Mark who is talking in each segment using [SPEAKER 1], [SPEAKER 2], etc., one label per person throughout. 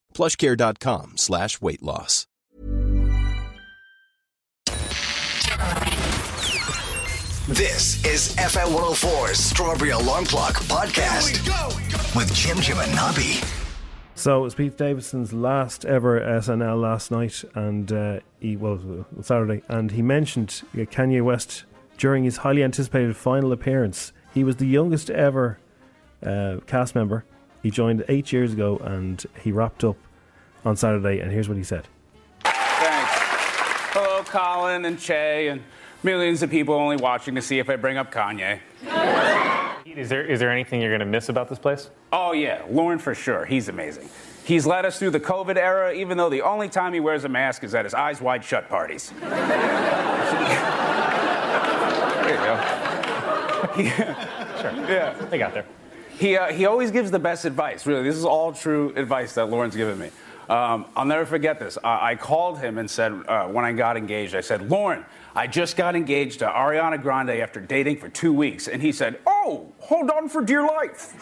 [SPEAKER 1] Plushcare.com slash weight loss.
[SPEAKER 2] This is FM 104's Strawberry Alarm Clock Podcast with Jim Jim and Nobby.
[SPEAKER 3] So it was Pete Davidson's last ever SNL last night, and uh, he well uh, Saturday, and he mentioned uh, Kanye West during his highly anticipated final appearance. He was the youngest ever uh, cast member. He joined eight years ago, and he wrapped up on Saturday. And here's what he said.
[SPEAKER 4] Thanks. Hello, Oh, Colin and Che and millions of people only watching to see if I bring up Kanye.
[SPEAKER 5] Is there is there anything you're going to miss about this place?
[SPEAKER 4] Oh, yeah, Lauren for sure. He's amazing. He's led us through the COVID era, even though the only time he wears a mask is at his eyes wide shut parties. there you go. Yeah.
[SPEAKER 5] They got there.
[SPEAKER 4] He, uh, he always gives the best advice, really. This is all true advice that Lauren's given me. Um, I'll never forget this. Uh, I called him and said, uh, when I got engaged, I said, Lauren, I just got engaged to Ariana Grande after dating for two weeks. And he said, Oh, hold on for dear life.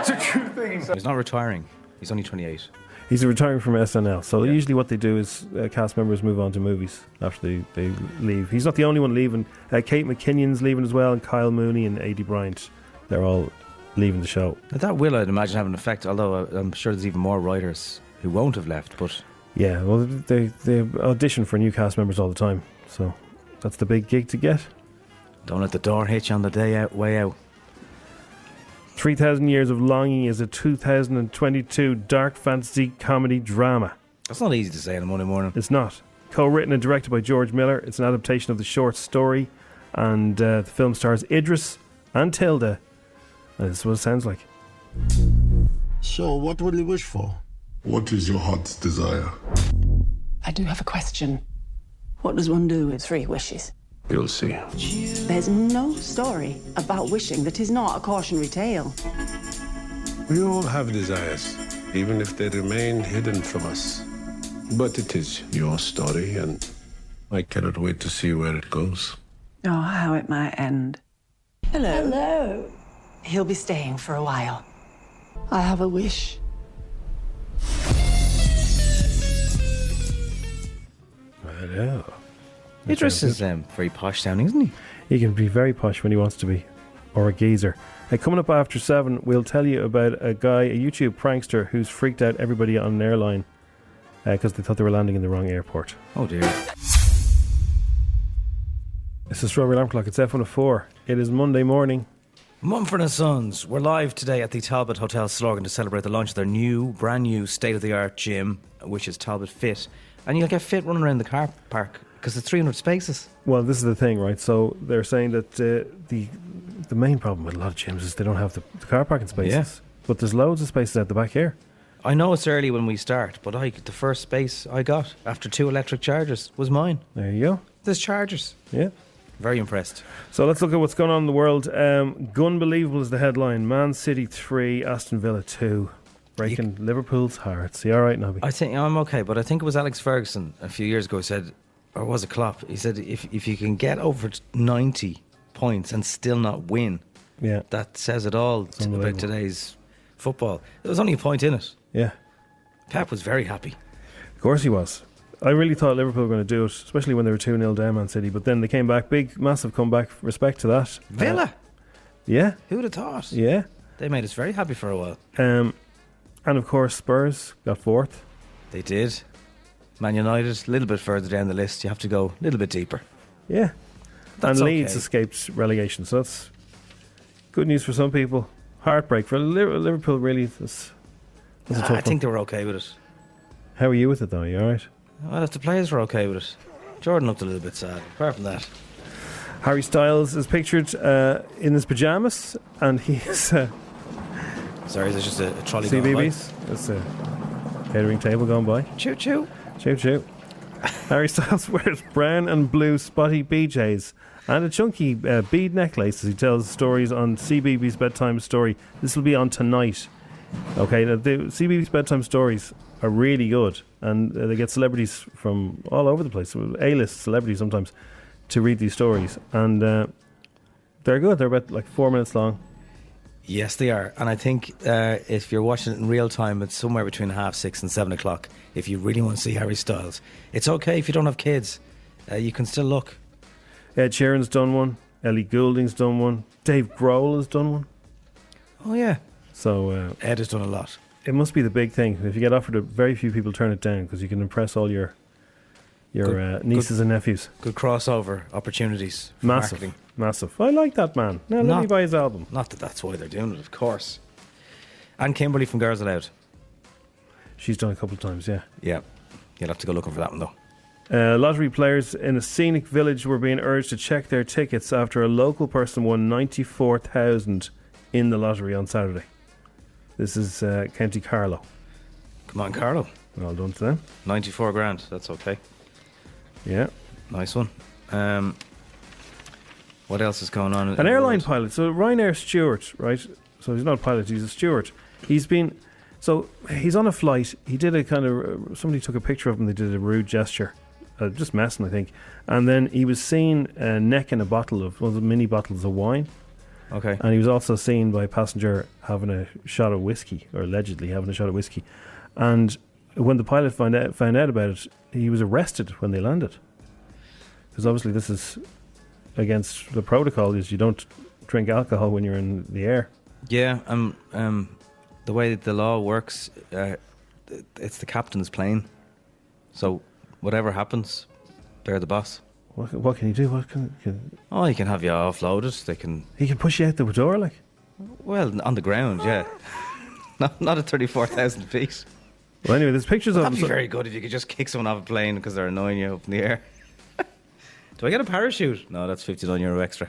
[SPEAKER 4] it's a true thing. He said.
[SPEAKER 6] He's not retiring. He's only 28.
[SPEAKER 3] He's retiring from SNL, so usually what they do is uh, cast members move on to movies after they, they leave. He's not the only one leaving. Uh, Kate McKinnon's leaving as well, and Kyle Mooney and A.D. Bryant. They're all leaving the show.
[SPEAKER 6] Now, that will, I'd imagine, have an effect, although uh, I'm sure there's even more writers who won't have left, but
[SPEAKER 3] Yeah, well, they, they audition for new cast members all the time, so that's the big gig to get.
[SPEAKER 6] don't let the door hit you on the day out, way out.
[SPEAKER 3] 3,000 Years of Longing is a 2022 dark fantasy comedy drama.
[SPEAKER 6] That's not easy to say on a Monday morning.
[SPEAKER 3] It's not. Co written and directed by George Miller, it's an adaptation of the short story, and uh, the film stars Idris and Tilda. And this is what it sounds like.
[SPEAKER 7] So, what would you wish for?
[SPEAKER 8] What is your heart's desire?
[SPEAKER 9] I do have a question. What does one do with three wishes?
[SPEAKER 8] You'll see.
[SPEAKER 9] There's no story about wishing that is not a cautionary tale.
[SPEAKER 8] We all have desires, even if they remain hidden from us. But it is your story, and I cannot wait to see where it goes.
[SPEAKER 9] Oh, how it might end. Hello. Hello. He'll be staying for a while. I have a wish.
[SPEAKER 3] Hello.
[SPEAKER 6] Idris is um, very posh sounding, isn't he?
[SPEAKER 3] He can be very posh when he wants to be, or a geezer. Uh, coming up after seven, we'll tell you about a guy, a YouTube prankster, who's freaked out everybody on an airline because they thought they were landing in the wrong airport.
[SPEAKER 6] Oh dear.
[SPEAKER 3] It's the Strawberry Alarm Clock. It's F104. It is Monday morning.
[SPEAKER 6] Mumford and Sons, we're live today at the Talbot Hotel Slogan to celebrate the launch of their new, brand new, state of the art gym, which is Talbot Fit. And you'll get fit running around the car park because it's 300 spaces.
[SPEAKER 3] Well, this is the thing, right? So they're saying that uh, the the main problem with a lot of gyms is they don't have the, the car parking spaces. But there's loads of spaces out the back here.
[SPEAKER 6] I know it's early when we start, but I the first space I got after two electric chargers was mine.
[SPEAKER 3] There you go.
[SPEAKER 6] There's chargers.
[SPEAKER 3] Yeah.
[SPEAKER 6] Very impressed.
[SPEAKER 3] So let's look at what's going on in the world. Um, Gunbelievable is the headline. Man City 3, Aston Villa 2. Breaking Liverpool's hearts. You all right, Nobby?
[SPEAKER 6] I think I'm okay, but I think it was Alex Ferguson a few years ago said, or was it Klopp? He said, if if you can get over t- 90 points and still not win,
[SPEAKER 3] yeah.
[SPEAKER 6] that says it all t- about
[SPEAKER 3] unbelievable.
[SPEAKER 6] today's football. There was only a point in it.
[SPEAKER 3] Yeah.
[SPEAKER 6] Pep was very happy.
[SPEAKER 3] Of course he was. I really thought Liverpool were going to do it, especially when they were 2 0 down Man City. But then they came back. Big, massive comeback. Respect to that. Uh,
[SPEAKER 6] Villa,
[SPEAKER 3] yeah.
[SPEAKER 6] who'd have thought?
[SPEAKER 3] Yeah.
[SPEAKER 6] They made us very happy for a while.
[SPEAKER 3] Um, and of course, Spurs got fourth.
[SPEAKER 6] They did. Man United, a little bit further down the list. You have to go a little bit deeper.
[SPEAKER 3] Yeah.
[SPEAKER 6] That's
[SPEAKER 3] and Leeds
[SPEAKER 6] okay.
[SPEAKER 3] escaped relegation, so that's good news for some people. Heartbreak for Liver- Liverpool, really. That's, that's a
[SPEAKER 6] I
[SPEAKER 3] tough
[SPEAKER 6] think they
[SPEAKER 3] one.
[SPEAKER 6] were okay with it.
[SPEAKER 3] How are you with it, though? You all right?
[SPEAKER 6] Well, if the players were okay with it. Jordan looked a little bit sad. Apart from that,
[SPEAKER 3] Harry Styles is pictured uh, in his pajamas, and he's. Uh,
[SPEAKER 6] sorry, there's just a, a trolley going by.
[SPEAKER 3] CBBS. That's a catering table going by.
[SPEAKER 6] Choo choo.
[SPEAKER 3] Choo choo. Harry Styles wears brown and blue spotty BJs and a chunky uh, bead necklace as he tells stories on CBB's bedtime story. This will be on tonight. Okay, now the CBB's bedtime stories are really good, and uh, they get celebrities from all over the place, A-list celebrities sometimes, to read these stories, and uh, they're good. They're about like four minutes long.
[SPEAKER 6] Yes, they are. And I think uh, if you're watching it in real time, it's somewhere between half six and seven o'clock. If you really want to see Harry Styles, it's okay if you don't have kids. Uh, you can still look.
[SPEAKER 3] Ed Sheeran's done one. Ellie Goulding's done one. Dave Grohl has done one.
[SPEAKER 6] Oh, yeah.
[SPEAKER 3] So uh,
[SPEAKER 6] Ed has done a lot.
[SPEAKER 3] It must be the big thing. If you get offered it, very few people turn it down because you can impress all your your
[SPEAKER 6] Good-
[SPEAKER 3] uh, nieces
[SPEAKER 6] good-
[SPEAKER 3] and nephews.
[SPEAKER 6] Good crossover opportunities. For
[SPEAKER 3] Massive,
[SPEAKER 6] Marketing.
[SPEAKER 3] massive. I like that man. Now let
[SPEAKER 6] Not-
[SPEAKER 3] me buy his album.
[SPEAKER 6] Not that that's why they're doing it, of course. And Kimberly from Girls Aloud.
[SPEAKER 3] She's done a couple of times. Yeah.
[SPEAKER 6] Yeah. You'll have to go looking for that one, though.
[SPEAKER 3] Uh, lottery players in a scenic village were being urged to check their tickets after a local person won ninety four thousand in the lottery on Saturday. This is uh, County Carlow.
[SPEAKER 6] Come on, Carlo.
[SPEAKER 3] Well done to them.
[SPEAKER 6] 94 grand. That's okay.
[SPEAKER 3] Yeah.
[SPEAKER 6] Nice one. Um, what else is going on? in
[SPEAKER 3] An
[SPEAKER 6] the
[SPEAKER 3] airline
[SPEAKER 6] world?
[SPEAKER 3] pilot. So Ryanair steward, right? So he's not a pilot. He's a steward. He's been. So he's on a flight. He did a kind of. uh, Somebody took a picture of him. They did a rude gesture, uh, just messing, I think. And then he was seen uh, necking a bottle of one of the mini bottles of wine.
[SPEAKER 6] Okay.
[SPEAKER 3] And he was also seen by a passenger having a shot of whiskey, or allegedly having a shot of whiskey. And when the pilot found out, found out about it, he was arrested when they landed. Because obviously, this is against the protocol: is you don't drink alcohol when you're in the air.
[SPEAKER 6] Yeah, um, um, the way that the law works, uh, th- it's the captain's plane. So whatever happens, they're the boss.
[SPEAKER 3] What, what can you do? What can, can
[SPEAKER 6] Oh, you can have you offloaded. They can,
[SPEAKER 3] he can push you out the door like?
[SPEAKER 6] well, on the ground, yeah. not, not at 34,000 feet.
[SPEAKER 3] Well, anyway, there's pictures of
[SPEAKER 6] That'd
[SPEAKER 3] him.
[SPEAKER 6] be
[SPEAKER 3] so-
[SPEAKER 6] very good if you could just kick someone off a plane because they're annoying you up in the air. Do I get a parachute? No, that's 59 euro extra.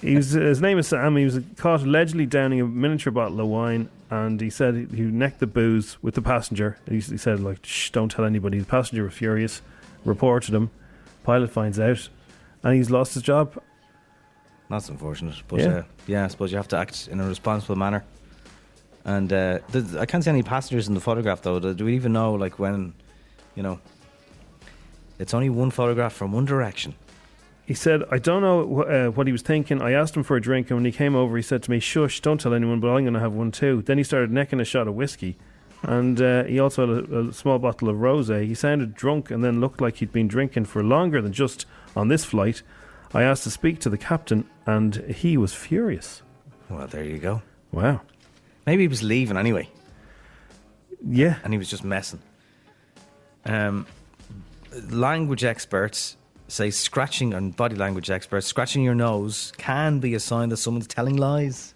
[SPEAKER 3] He was, his name is Sam. He was caught allegedly downing a miniature bottle of wine, and he said he, he necked the booze with the passenger. He, s- he said, "Like, shh, don't tell anybody." The passenger was furious, reported him. Pilot finds out, and he's lost his job.
[SPEAKER 6] That's unfortunate. But
[SPEAKER 3] Yeah.
[SPEAKER 6] yeah, uh, yeah I suppose you have to act in a responsible manner. And uh, th- I can't see any passengers in the photograph, though. Do do we even know, like, when, you know, it's only one photograph from one direction.
[SPEAKER 3] He said, "I don't know wh- uh, what he was thinking. I asked him for a drink, and when he came over, he said to me, "Shush, don't tell anyone, but I'm going to have one too." Then he started necking a shot of whiskey, and uh, he also had a, a small bottle of rosé. He sounded drunk and then looked like he'd been drinking for longer than just on this flight. I asked to speak to the captain, and he was furious.
[SPEAKER 6] Well, there you go.
[SPEAKER 3] Wow.
[SPEAKER 6] Maybe he was leaving anyway.
[SPEAKER 3] Yeah.
[SPEAKER 6] And he was just messing. Um, language experts say scratching, and body language experts, scratching your nose can be a sign that someone's telling lies.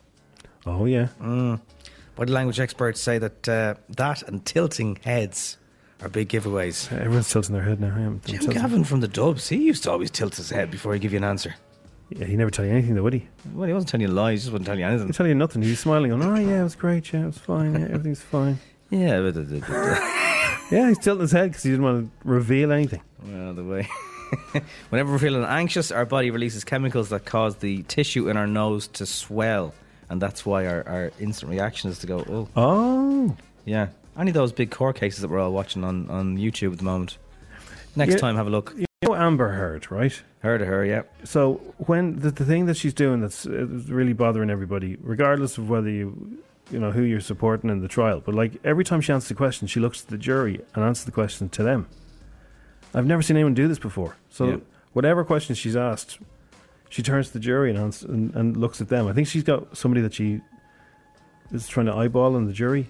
[SPEAKER 3] Oh yeah.
[SPEAKER 6] Mm. Body language experts say that uh, that and tilting heads are big giveaways.
[SPEAKER 3] Everyone's tilting their head now. I am
[SPEAKER 6] Jim Gavin from the Dubs, he used to always tilt his head before he'd give you an answer.
[SPEAKER 3] Yeah, he never tell you anything, though, would he?
[SPEAKER 6] Well, he wasn't telling you lies, he just wouldn't tell you anything.
[SPEAKER 3] I'm telling you nothing. He's smiling on. Oh yeah, it was great. Yeah, it was fine. Yeah, everything's fine.
[SPEAKER 6] Yeah, but uh, the, the, the,
[SPEAKER 3] Yeah, he's tilting his head because he didn't want to reveal anything.
[SPEAKER 6] well, the way. Whenever we're feeling anxious, our body releases chemicals that cause the tissue in our nose to swell, and that's why our, our instant reaction is to go, oh.
[SPEAKER 3] Oh.
[SPEAKER 6] Yeah. Any of those big court cases that we're all watching on, on YouTube at the moment. Next
[SPEAKER 3] Yeah.
[SPEAKER 6] time, have a look.
[SPEAKER 3] You know Amber Heard, right?
[SPEAKER 6] Heard of her, yeah.
[SPEAKER 3] So when the, the thing that she's doing that's uh, really bothering everybody, regardless of whether you you know who you're supporting in the trial, but like every time she answers the question, she looks at the jury and answers the question to them. I've never seen anyone do this before. So
[SPEAKER 6] Yeah.
[SPEAKER 3] whatever question she's asked, she turns to the jury and, ans- and and looks at them. I think she's got somebody that she is trying to eyeball in the jury,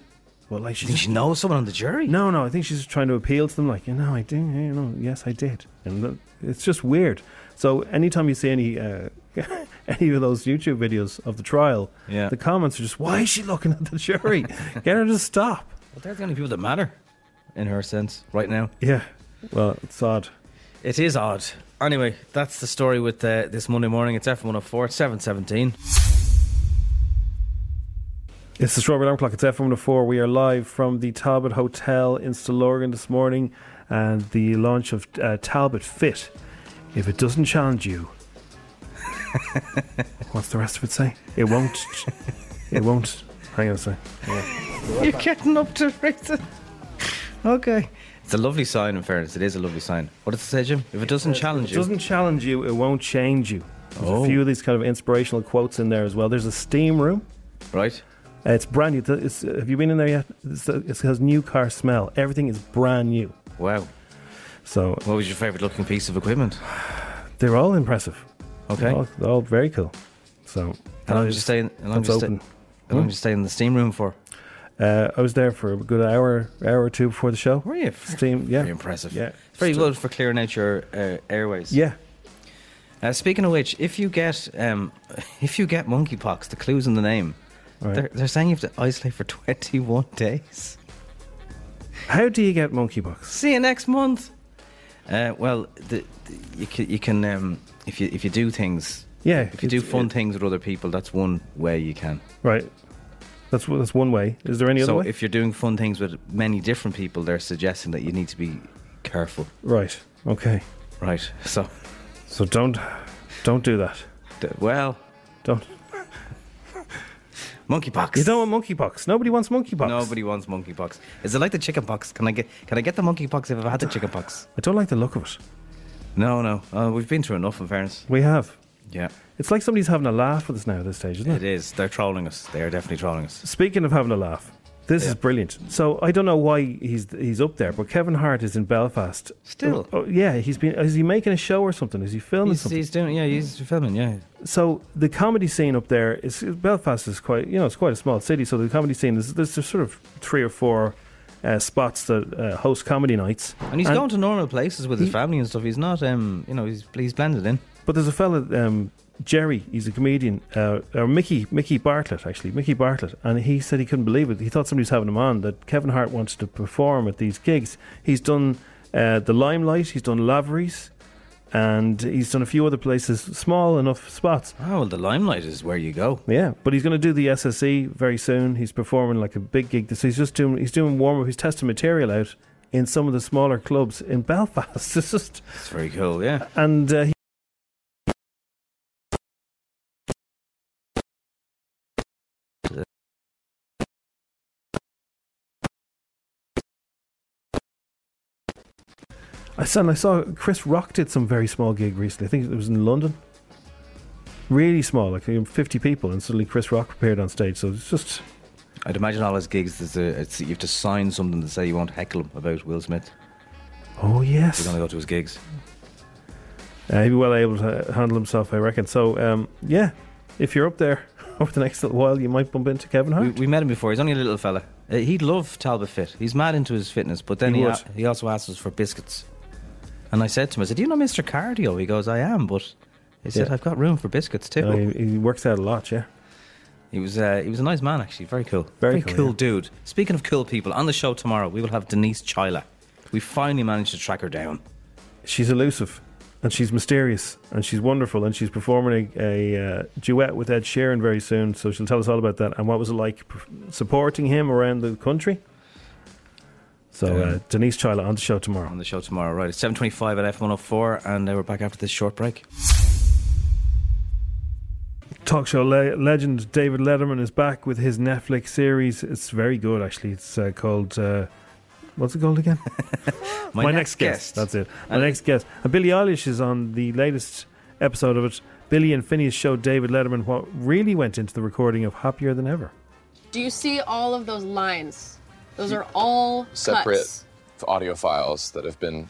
[SPEAKER 3] But like, she
[SPEAKER 6] Think she knows someone on the jury.
[SPEAKER 3] No, no, I think she's trying to appeal to them. Like, you know, I did, you know, yes, I did, and th- it's just weird. So anytime you see any uh, any of those YouTube videos of the trial,
[SPEAKER 6] Yeah.
[SPEAKER 3] the comments are just, "Why is she looking at the jury? Get her to stop."
[SPEAKER 6] But they're the only people that matter, in her sense, right now.
[SPEAKER 3] Yeah. Well, it's odd.
[SPEAKER 6] It is odd. Anyway, that's the story with uh, this Monday morning. It's F104, it's 717.
[SPEAKER 3] It's the Strawberry Alarm Clock. It's F104. We are live from the Talbot Hotel in Stillorgan this morning and the launch of uh, Talbot Fit. If it doesn't challenge you, what's the rest of it say? It won't. ch- It won't. Hang on a sec.
[SPEAKER 6] You're getting up to races. Okay. It's a lovely sign, in fairness. It is a lovely sign. What does it say, Jim? If it doesn't challenge
[SPEAKER 3] If Uh,
[SPEAKER 6] you.
[SPEAKER 3] it doesn't challenge you, it won't change you. There's
[SPEAKER 6] Oh.
[SPEAKER 3] a few of these kind of inspirational quotes in there as well. There's a steam room.
[SPEAKER 6] Right?
[SPEAKER 3] Uh, it's brand new. Th- It's, have you been in there yet? It's, it has new car smell. Everything is brand new.
[SPEAKER 6] Wow.
[SPEAKER 3] So.
[SPEAKER 6] What was your favourite looking piece of equipment?
[SPEAKER 3] They're all impressive.
[SPEAKER 6] Okay.
[SPEAKER 3] They're all, they're all very cool. So,
[SPEAKER 6] How long did you stay in, how long did
[SPEAKER 3] that's
[SPEAKER 6] you stay,
[SPEAKER 3] open.
[SPEAKER 6] how long
[SPEAKER 3] Hmm?
[SPEAKER 6] did you stay in the steam room for?
[SPEAKER 3] Uh, I was there for a good hour, hour or two before the show.
[SPEAKER 6] Were you?
[SPEAKER 3] Steam, yeah.
[SPEAKER 6] Very impressive.
[SPEAKER 3] Yeah.
[SPEAKER 6] It's very good for clearing out your uh, airways.
[SPEAKER 3] Yeah.
[SPEAKER 6] Uh, speaking of which, if you get um, if you get monkeypox, the clue's in the name.
[SPEAKER 3] Right.
[SPEAKER 6] They're, they're saying you have to isolate for 21 days.
[SPEAKER 3] How do you get monkeypox?
[SPEAKER 6] See you next month. Uh, well, the, the, you can, you can um, if you if you do things.
[SPEAKER 3] Yeah,
[SPEAKER 6] If you do
[SPEAKER 3] it's- uh,
[SPEAKER 6] fun
[SPEAKER 3] it-
[SPEAKER 6] things with other people, that's one way you can.
[SPEAKER 3] Right. That's one- that's one way. Is there any
[SPEAKER 6] so
[SPEAKER 3] other way?
[SPEAKER 6] if you're doing fun things with many different people, they're suggesting that you need to be careful.
[SPEAKER 3] right. Okay.
[SPEAKER 6] Right. So,
[SPEAKER 3] So don't, don't do that.
[SPEAKER 6] d- well,
[SPEAKER 3] Don't.
[SPEAKER 6] monkeypox.
[SPEAKER 3] You don't want monkeypox. Nobody wants monkeypox.
[SPEAKER 6] Nobody wants monkeypox. Is it like the chickenpox? Can I get can I get the monkeypox if I've had the chickenpox?
[SPEAKER 3] I don't like the look of it.
[SPEAKER 6] No, no. Uh, we've been through enough, in fairness.
[SPEAKER 3] We have.
[SPEAKER 6] Yeah,
[SPEAKER 3] It's like somebody's having a laugh with us now at this stage, isn't
[SPEAKER 6] it is. They're trolling us. They are definitely trolling us.
[SPEAKER 3] Speaking of having a laugh, this is brilliant. So I don't know why he's he's up there, but Kevin Hart is in Belfast.
[SPEAKER 6] Still.
[SPEAKER 3] oh, yeah, he's been. Is he making a show or something? Is he filming
[SPEAKER 6] He's,
[SPEAKER 3] something?
[SPEAKER 6] he's doing. Yeah, he's filming. Yeah.
[SPEAKER 3] So the comedy scene up there is Belfast is quite you know it's quite a small city. So the comedy scene is there's, there's sort of three or four uh, spots that uh, host comedy nights.
[SPEAKER 6] And he's going to normal places with his family and stuff. He's not, um, you know, he's he's blended in.
[SPEAKER 3] But there's a fella, um, Jerry. He's a comedian, uh, or Mickey Mickey Bartlett actually, Mickey Bartlett, and he said he couldn't believe it. He thought somebody was having him on. That Kevin Hart wants to perform at these gigs. He's done uh, the Limelight. He's done Lavery's. And he's done a few other places, small enough spots.
[SPEAKER 6] Oh, well, the limelight is where you go.
[SPEAKER 3] Yeah, but he's going to do the SSE very soon. He's performing like a big gig. So he's just doing he's doing warm up. He's testing material out in some of the smaller clubs in Belfast. It's just
[SPEAKER 6] It's very cool. Yeah.
[SPEAKER 3] and uh, he, I saw I saw Chris Rock did some very small gig recently. I think it was in London. Really small, like you know, fifty people, and suddenly Chris Rock appeared on stage. So it's just
[SPEAKER 6] I'd imagine all his gigs. There's a it's, you have to sign something to say you won't heckle him about Will Smith.
[SPEAKER 3] oh
[SPEAKER 6] If
[SPEAKER 3] yes,
[SPEAKER 6] You're gonna go to his gigs.
[SPEAKER 3] uh, he'd be well able to handle himself, I reckon. So um, yeah, if you're up there over the next little while, you might bump into Kevin Hart.
[SPEAKER 6] We, we met him before. He's only a little fella. Uh, he'd love Talbot Fit. He's mad into his fitness, but then
[SPEAKER 3] He
[SPEAKER 6] he,
[SPEAKER 3] would.
[SPEAKER 6] a- he also asked us for biscuits. And I said to him, I said, "Do you know Mr. Cardio?" He goes, "I am," but he said,
[SPEAKER 3] Yeah.
[SPEAKER 6] "I've got room for biscuits too."
[SPEAKER 3] Uh, he, he works out a lot, yeah.
[SPEAKER 6] He was uh, he was a nice man actually, very cool,
[SPEAKER 3] Very cool, yeah.
[SPEAKER 6] dude. Speaking of cool people, on the show tomorrow we will have Denise Chyla. We finally managed to track her down.
[SPEAKER 3] She's elusive, and she's mysterious, and she's wonderful, and she's performing a, a uh, duet with Ed Sheeran very soon. So she'll tell us all about that and what was it like p- supporting him around the country. So uh,
[SPEAKER 6] Um,
[SPEAKER 3] Denise Chyla on the show tomorrow.
[SPEAKER 6] On the show tomorrow, right? It's seven twenty-five at F one hundred four, and uh, we're back after this short break.
[SPEAKER 3] Talk show le- legend David Letterman is back with his Netflix series. It's very good, actually. It's uh, called. Uh, What's it called again?
[SPEAKER 6] My next guest.
[SPEAKER 3] That's it. My next guest. And Billie Eilish is on the latest episode of it. Billie and Phineas showed David Letterman what really went into the recording of Happier Than Ever.
[SPEAKER 10] Do you see all of those lines? Those are all
[SPEAKER 11] separate
[SPEAKER 10] Cuts.
[SPEAKER 11] f- audio files that have been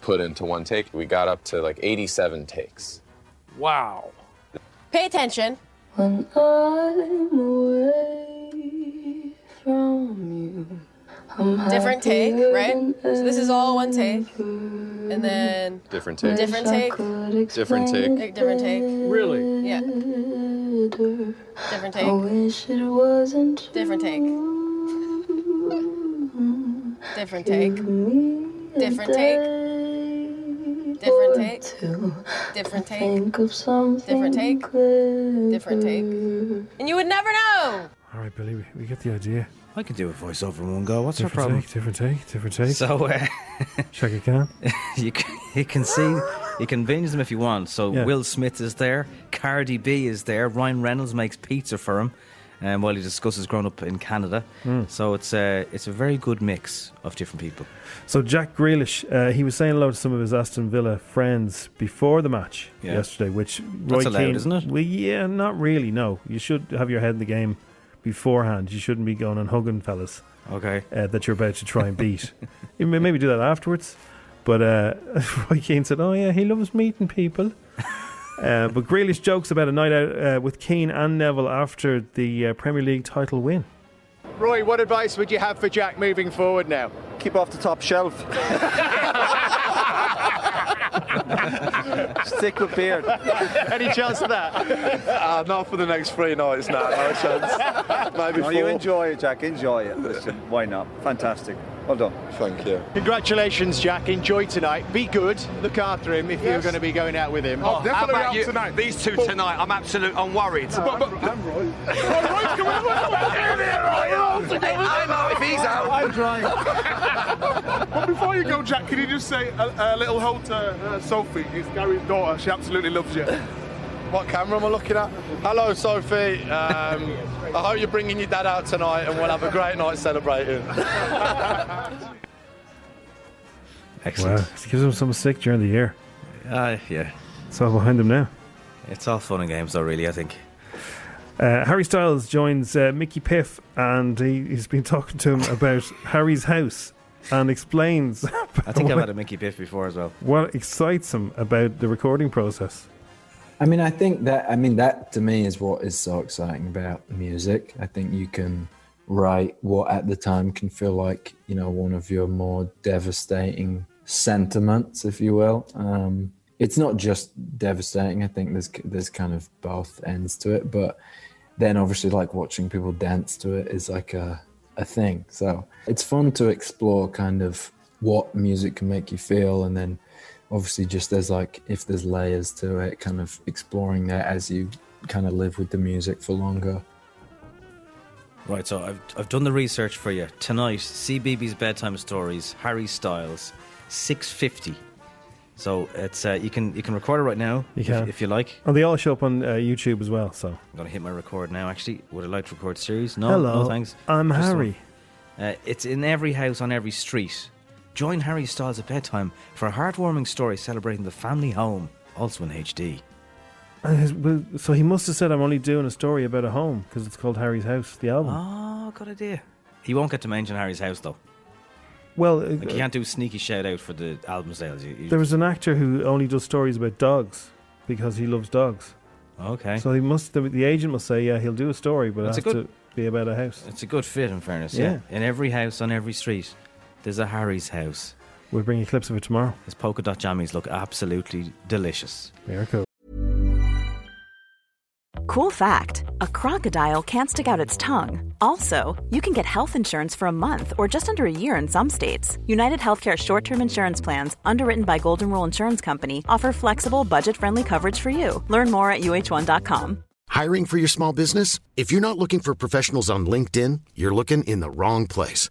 [SPEAKER 11] put into one take. We got up to like 87 takes.
[SPEAKER 10] Wow. Pay attention. When I'm away from you,
[SPEAKER 12] different take, right? So this is all one take, and then
[SPEAKER 11] Different take.
[SPEAKER 12] different take,
[SPEAKER 11] Different take.
[SPEAKER 12] Like, different take.
[SPEAKER 11] Really?
[SPEAKER 12] Yeah. Different take. Different take. Different take. Different take. Different take. Different take. Different take. Different take. And you would never know.
[SPEAKER 3] All right, Billy, we, we get the idea.
[SPEAKER 6] I can do a voiceover in one go. What's your
[SPEAKER 3] different
[SPEAKER 6] problem?
[SPEAKER 3] Take, different take, different take.
[SPEAKER 6] So, uh,
[SPEAKER 3] Shaka Khan.
[SPEAKER 6] you can, you can see you can binge them if you want. So
[SPEAKER 3] Yeah.
[SPEAKER 6] Will Smith is there, Cardi B is there, Ryan Reynolds makes pizza for him, um, while he discusses growing up in Canada.
[SPEAKER 3] Mm.
[SPEAKER 6] So it's a it's a very good mix of different people.
[SPEAKER 3] So Jack Grealish, uh, he was saying hello to some of his Aston Villa friends before the match
[SPEAKER 6] Yeah.
[SPEAKER 3] yesterday, which Roy
[SPEAKER 6] That's allowed,
[SPEAKER 3] Keane,
[SPEAKER 6] isn't it?
[SPEAKER 3] Well, yeah, not really. No, you should have your head in the game beforehand. You shouldn't be going and hugging fellas.
[SPEAKER 6] Okay.
[SPEAKER 3] Uh, that you're about to try and beat. you may maybe do that afterwards. But uh, Roy Keane said, "Oh yeah, he loves meeting people." uh, but Grealish jokes about a night out uh, with Keane and Neville after the uh, Premier League title win.
[SPEAKER 13] Roy, what advice would you have for Jack moving forward now? Keep off the top shelf. Stick with beard. Any chance of that?
[SPEAKER 14] uh, not for the next three nights, no, no chance. Maybe
[SPEAKER 15] No,
[SPEAKER 14] four.
[SPEAKER 15] you enjoy it, Jack. Enjoy it. Listen, why not? Fantastic. Well done. Thank you.
[SPEAKER 13] Congratulations, Jack. Enjoy tonight. Be good. Look after him if you're
[SPEAKER 15] Yes.
[SPEAKER 13] going to be going out with him.
[SPEAKER 15] Oh, definitely out
[SPEAKER 13] tonight.
[SPEAKER 15] These
[SPEAKER 13] two tonight, I'm absolute. I'm worried.
[SPEAKER 14] I'm Roy.
[SPEAKER 16] I know if he's out.
[SPEAKER 14] I'm trying.
[SPEAKER 16] But before you go, Jack, can you just say a, a little hello to uh, Sophie? It's Gary's daughter. She absolutely loves you.
[SPEAKER 13] What camera am I looking at?
[SPEAKER 14] Hello, Sophie. Um, I hope you're bringing your dad out tonight and we'll have a great night celebrating.
[SPEAKER 3] Excellent. Wow, it gives him some sick during the year.
[SPEAKER 6] Uh, yeah,
[SPEAKER 3] It's all behind him now.
[SPEAKER 6] it's all fun and games though, really. I think.
[SPEAKER 3] Uh, Harry Styles joins uh, Mickey Piff, and he, he's been talking to him about Harry's house and explains.
[SPEAKER 6] I think I've
[SPEAKER 3] what,
[SPEAKER 6] had a Mickey Biff before as well.
[SPEAKER 3] what excites him about the recording process.
[SPEAKER 17] I mean, I think that I mean that to me is what is so exciting about music. I think you can write what at the time can feel like you know one of your more devastating sentiments, if you will. Um, it's not just devastating. I think there's there's kind of both ends to it, but then obviously like watching people dance to it is like a a thing. So it's fun to explore kind of what music can make you feel, and then obviously just there's like if there's layers to it kind of exploring that as you kind of live with the music for longer
[SPEAKER 6] Right, so I've, I've done the research for you tonight. CBBS bedtime stories, Harry Styles, six fifty. So it's uh, you can you can record it right now
[SPEAKER 3] You
[SPEAKER 6] if,
[SPEAKER 3] can.
[SPEAKER 6] if you like.
[SPEAKER 3] And they all show up on uh, YouTube as well. So
[SPEAKER 6] I'm gonna hit my record now. Actually, would I like to record series? No,
[SPEAKER 3] Hello,
[SPEAKER 6] no thanks.
[SPEAKER 3] I'm
[SPEAKER 6] Just
[SPEAKER 3] Harry.
[SPEAKER 6] one. Uh, it's in every house on every street. Join Harry Styles at bedtime for a heartwarming story celebrating the family home, also in HD.
[SPEAKER 3] And his- well, so he must have said, "I'm only doing a story about a home because it's called Harry's House, the album."
[SPEAKER 6] Oh, good idea. He won't get to mention Harry's house though.
[SPEAKER 3] well, uh,
[SPEAKER 6] Like, you can't do sneaky shout out for the album sales. You, you-
[SPEAKER 3] there was an actor who only does stories about dogs because he loves dogs.
[SPEAKER 6] okay.
[SPEAKER 3] So he must. The, the agent must say, "Yeah, he'll do a story, but
[SPEAKER 6] That's
[SPEAKER 3] it
[SPEAKER 6] a
[SPEAKER 3] has
[SPEAKER 6] good-
[SPEAKER 3] to be about a house."
[SPEAKER 6] It's a good fit, in fairness. Yeah. In every house, on every street, there's a Harry's house.
[SPEAKER 3] We'll bring you clips of it tomorrow.
[SPEAKER 6] His polka dot jammies look absolutely delicious.
[SPEAKER 3] Very cool.
[SPEAKER 18] Cool fact a crocodile can't stick out its tongue. Also, you can get health insurance for a month or just under a year in some states. United Healthcare short term insurance plans, underwritten by Golden Rule Insurance Company, offer flexible, budget friendly coverage for you. Learn more at uh1.com.
[SPEAKER 19] Hiring for your small business? If you're not looking for professionals on LinkedIn, you're looking in the wrong place.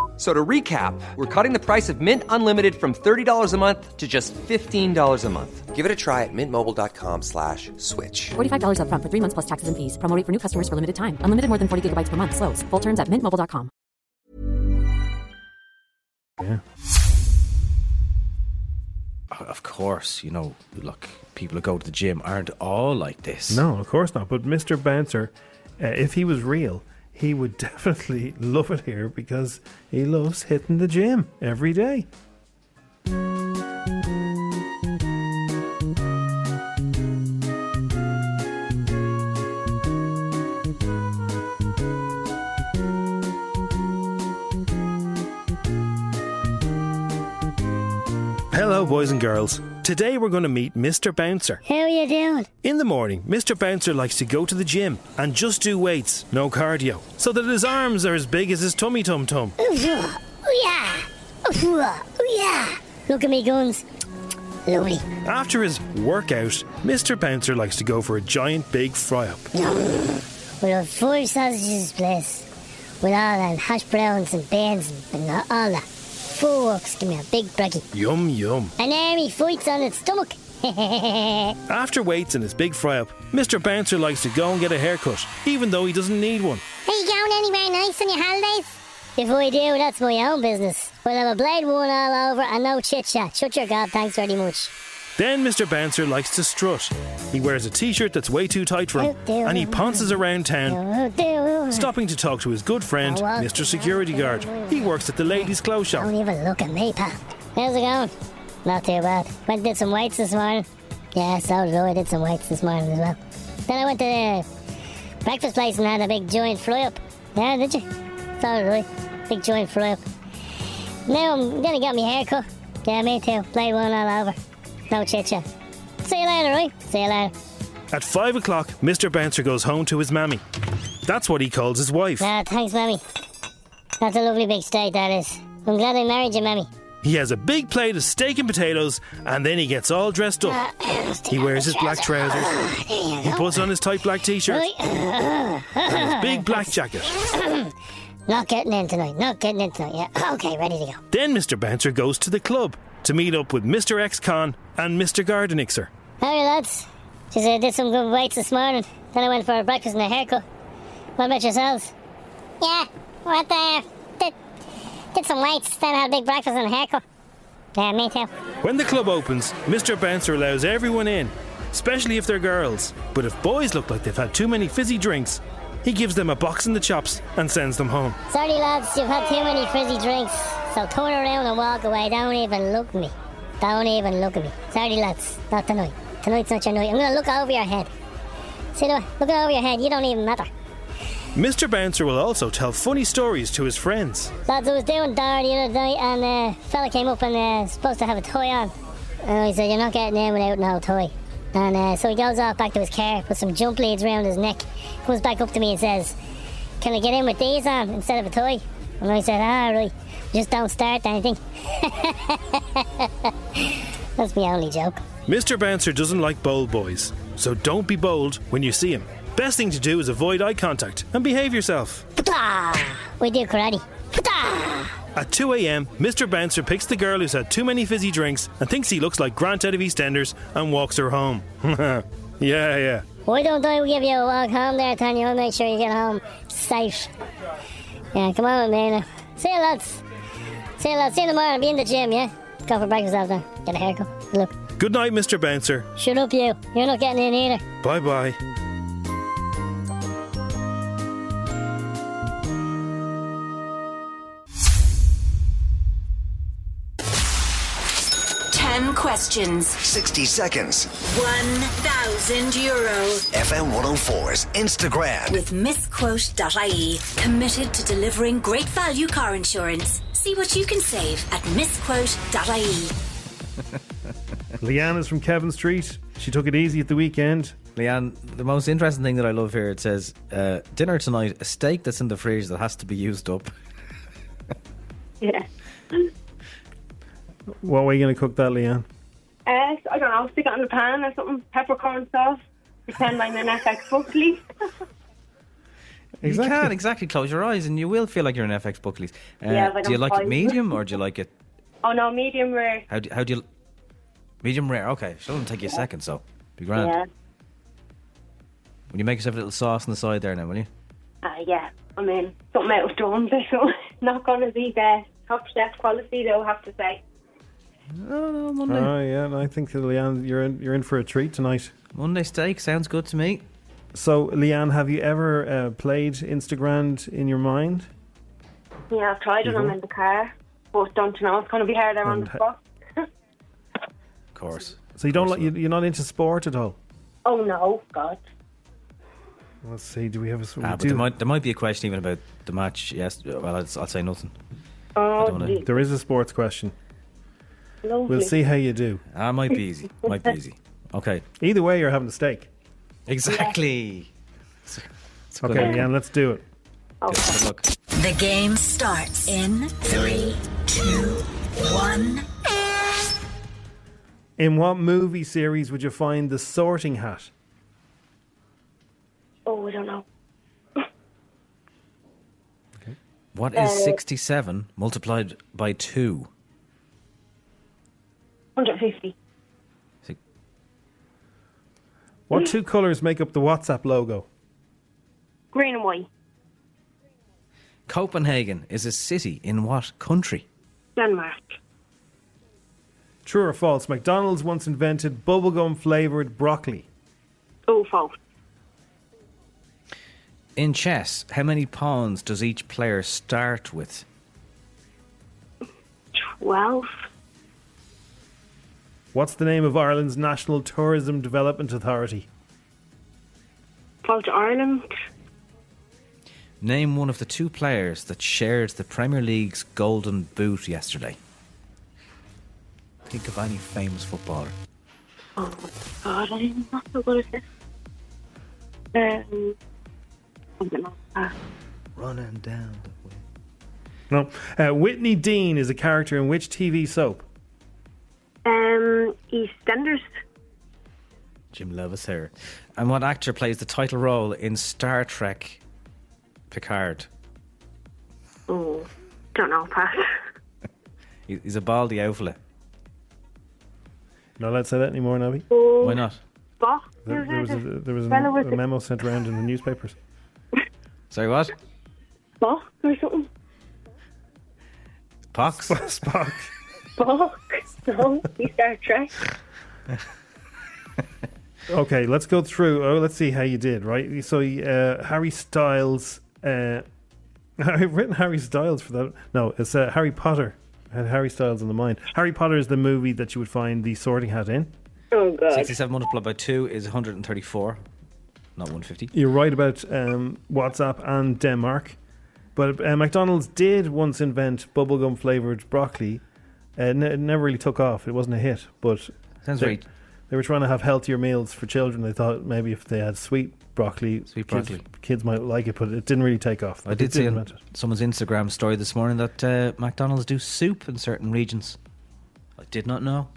[SPEAKER 20] So to recap, we're cutting the price of Mint Unlimited from $30 a month to just $15 a month. Give it a try at mintmobile.com slash switch.
[SPEAKER 21] $45 up front for three months plus taxes and fees. Promo rate for new customers for limited time. Unlimited more than 40 gigabytes per month. Slows. Full terms at mintmobile.com.
[SPEAKER 6] Of course, you know, look, people who go to the gym aren't all like this.
[SPEAKER 3] No, of course not. But Mr. Bouncer, uh, if he was real, he would definitely love it here because he loves hitting the gym every day. Hello, boys and girls. Today we're going to meet Mr. Bouncer.
[SPEAKER 22] How are you doing?
[SPEAKER 3] In the morning, Mr. Bouncer likes to go to the gym and just do weights, no cardio, so that his arms are as big as his tummy tum tum.
[SPEAKER 22] Oh yeah! Oh yeah! Look at me guns. Lovely.
[SPEAKER 3] After his workout, Mr. Bouncer likes to go for a giant big fry up.
[SPEAKER 22] We'll have five sausages, please. With all them hash browns and beans and all that. Four walks, give me a big braggie.
[SPEAKER 3] Yum yum.
[SPEAKER 22] And then he fights on its stomach.
[SPEAKER 3] After weights and his big fry up, Mr. Bouncer likes to go and get a haircut, even though he doesn't need one.
[SPEAKER 22] Are you going anywhere nice on your holidays? If I do, that's my own business. We'll have a blade worn all over and no chit chat. Shut your gob, thanks very much.
[SPEAKER 3] Then Mr. Bouncer likes to strut. He wears a t shirt that's way too tight for him, and he pounces around town, stopping to talk to his good friend, Mr. Security Guard. He works at the ladies' clothes shop.
[SPEAKER 22] Don't even look at me, pal. How's it going? Not too bad. Went and did some weights this morning. Yeah, so did I. I did some weights this morning as well. Then I went to the breakfast place and had a big joint fry up. Yeah, did you? So did I. Big joint fry up. Now I'm gonna get my hair cut. Yeah, me too. Blade one all over. No chit chat. See you later, right? See you later.
[SPEAKER 3] At five o'clock, Mr. Bouncer goes home to his mammy. That's what he calls his wife.
[SPEAKER 22] Ah, thanks, Mammy. That's a lovely big steak, that is. I'm glad I married you, Mammy.
[SPEAKER 3] He has a big plate of steak and potatoes, and then he gets all dressed up. He wears his black trousers. He puts on his tight black t shirt and his big black jacket.
[SPEAKER 22] Not getting in tonight. Not getting in tonight. Yeah. Okay, ready to go.
[SPEAKER 3] Then Mr. Bouncer goes to the club to meet up with Mr. X Con and Mr. Gardenixer.
[SPEAKER 22] How are you, lads? Just uh, did some good weights this morning. Then I went for a breakfast and a haircut. What about yourselves? Yeah, what the? Did, did some weights, then had a big breakfast and a haircut. Yeah, me too.
[SPEAKER 3] When the club opens, Mr. Bouncer allows everyone in, especially if they're girls. But if boys look like they've had too many fizzy drinks, he gives them a box in the chops and sends them home.
[SPEAKER 22] Sorry, lads, you've had too many frizzy drinks. So turn around and walk away. Don't even look at me. Don't even look at me. Sorry, lads, not tonight. Tonight's not your night. I'm gonna look over your head. See, look look over your head. You don't even matter.
[SPEAKER 3] Mr. Bouncer will also tell funny stories to his friends.
[SPEAKER 22] Lads, I was doing dar the other night and uh, a fella came up and uh, supposed to have a toy on. And he said, You're not getting in without no toy. And uh, so he goes off back to his car, puts some jump leads round his neck, comes back up to me and says, Can I get in with these on instead of a toy? And I said, All right, just don't start anything. That's my only joke.
[SPEAKER 3] Mr. Bouncer doesn't like bold boys, so don't be bold when you see him. Best thing to do is avoid eye contact and behave yourself.
[SPEAKER 22] Pata! We do karate.
[SPEAKER 3] At 2 a.m., Mr. Bouncer picks the girl who's had too many fizzy drinks and thinks he looks like Grant out of EastEnders and walks her home. yeah, yeah.
[SPEAKER 22] Why don't I give you a walk home there, Tanya? I'll make sure you get home safe. Yeah, come on with me now. See you, lads. See you, lads. See you tomorrow. Be in the gym, yeah? Go for breakfast after. Get a haircut. Look.
[SPEAKER 3] Good night, Mr. Bouncer.
[SPEAKER 22] Shut up, you. You're not getting in either.
[SPEAKER 3] Bye bye.
[SPEAKER 23] Ten questions,
[SPEAKER 2] 60 seconds.
[SPEAKER 23] one thousand euro.
[SPEAKER 2] FM 104's Instagram.
[SPEAKER 23] With misquote.ie, E, committed to delivering great value car insurance. See what you can save at misquote.ie.
[SPEAKER 3] Leanne is from Kevin Street. She took it easy at the weekend.
[SPEAKER 6] Leanne, the most interesting thing that I love here it says, uh, dinner tonight, a steak that's in the fridge that has to be used up.
[SPEAKER 24] Yeah.
[SPEAKER 3] What way are you going to cook that, Leanne?
[SPEAKER 24] Uh, so I don't know, stick it in the pan or something, peppercorn sauce. Pretend I'm an FX Buckley.
[SPEAKER 6] You can exactly close your eyes, and you will feel like you're an FX Buckley's. Uh,
[SPEAKER 24] Yeah, like
[SPEAKER 6] do you
[SPEAKER 24] I'm
[SPEAKER 6] like it
[SPEAKER 24] fine.
[SPEAKER 6] medium or do you like it?
[SPEAKER 24] Oh no, medium rare.
[SPEAKER 6] How do, how do you? Medium rare. Okay, it doesn't take you a second, so be grand.
[SPEAKER 24] Yeah.
[SPEAKER 6] Will you make yourself a little sauce on the side there now, will you?
[SPEAKER 24] Uh, yeah. I mean, something out of Dawn, so not gonna be there. Top chef quality, though, I have to say.
[SPEAKER 6] Oh,
[SPEAKER 3] Oh, yeah, and I think Leanne, you're in, you're in for a treat tonight.
[SPEAKER 6] Monday steak sounds good to me.
[SPEAKER 3] So, Leanne, have you ever uh, played Instagram in your mind?
[SPEAKER 24] Yeah, I've tried it. I'm
[SPEAKER 3] Mhm.
[SPEAKER 24] in the car, but don't you know it's gonna be hard there on
[SPEAKER 3] And
[SPEAKER 24] the
[SPEAKER 3] ha-
[SPEAKER 24] spot.
[SPEAKER 6] Of course.
[SPEAKER 3] So you don't like you, you're not into sport at all.
[SPEAKER 24] Oh no, God.
[SPEAKER 3] Let's see. Do we have a? we
[SPEAKER 6] Ah, but
[SPEAKER 3] do-
[SPEAKER 6] there might, there might be a question even about the match. Yes, well, I'll, I'll say nothing. I
[SPEAKER 24] Oh,
[SPEAKER 6] don't wanna-
[SPEAKER 24] gee,
[SPEAKER 3] There is a sports question.
[SPEAKER 24] lovely.
[SPEAKER 3] We'll see how you do.
[SPEAKER 6] Ah, might be easy. Might be easy. Okay.
[SPEAKER 3] Either way, you're having a steak.
[SPEAKER 6] Exactly. It's
[SPEAKER 3] Okay,
[SPEAKER 24] idea.
[SPEAKER 3] Leanne, let's do it.
[SPEAKER 6] Good luck.
[SPEAKER 23] The game starts in three, two, one.
[SPEAKER 3] In what movie series would you find the Sorting Hat?
[SPEAKER 24] Oh, I don't know.
[SPEAKER 6] What
[SPEAKER 24] Uh,
[SPEAKER 6] is 67 multiplied by 2?
[SPEAKER 24] 150.
[SPEAKER 3] What two colours make up the WhatsApp logo?
[SPEAKER 24] Green and white.
[SPEAKER 6] Copenhagen is a city in what country?
[SPEAKER 24] Denmark.
[SPEAKER 3] True or false? McDonald's once invented bubblegum flavoured broccoli.
[SPEAKER 24] Oh, false.
[SPEAKER 6] In chess, how many pawns does each player start with?
[SPEAKER 24] 12.
[SPEAKER 3] What's the name of Ireland's National Tourism Development Authority?
[SPEAKER 24] Fall to Ireland.
[SPEAKER 6] Name one of the two players that shared the Premier League's Golden Boot yesterday. Think of any famous footballer.
[SPEAKER 24] Oh, my God, I'm not so good at this. Um, I don't know. Uh,
[SPEAKER 6] Running down.
[SPEAKER 3] No. Uh, Whitney Dean is a character in which TV soap?
[SPEAKER 24] um, EastEnders.
[SPEAKER 6] Jim Levis here. And what actor plays the title role in Star Trek Picard?
[SPEAKER 24] Oh, don't know, pass.
[SPEAKER 6] He- He's a baldy outfit.
[SPEAKER 3] No, let's say that anymore, Nobby.
[SPEAKER 24] Oh,
[SPEAKER 6] Why not?
[SPEAKER 24] Spock.
[SPEAKER 3] There, there was a, there was a,
[SPEAKER 24] Fellow with
[SPEAKER 3] a
[SPEAKER 24] the-
[SPEAKER 3] memo sent around in the newspapers.
[SPEAKER 6] Sorry, what?
[SPEAKER 24] Spock or something.
[SPEAKER 6] Pox?
[SPEAKER 3] Spock.
[SPEAKER 24] Spock. No, he's Star Trek.
[SPEAKER 3] Okay, let's go through. Oh, let's see how you did, right? So, uh, Harry Styles. Uh, I've written Harry Styles for that. No, it's uh, Harry Potter. I had Harry Styles on the mind. Harry Potter is the movie that you would find the sorting hat in.
[SPEAKER 24] Oh, God.
[SPEAKER 6] 67 multiplied by 2 is 134, not 150.
[SPEAKER 3] You're right about um, WhatsApp and Denmark. But uh, McDonald's did once invent bubblegum flavored broccoli. Uh, n- it never really took off. It wasn't a hit, but
[SPEAKER 6] Sounds
[SPEAKER 3] they,
[SPEAKER 6] very-
[SPEAKER 3] they were trying to have healthier meals for children. They thought maybe if they had sweet broccoli, sweet
[SPEAKER 6] broccoli.
[SPEAKER 3] kids, kids might like it. But it didn't really take off.
[SPEAKER 6] I
[SPEAKER 3] But
[SPEAKER 6] did
[SPEAKER 3] they
[SPEAKER 6] see
[SPEAKER 3] invent
[SPEAKER 6] on someone's Instagram story this morning that uh, McDonald's do soup in certain regions. I did not know.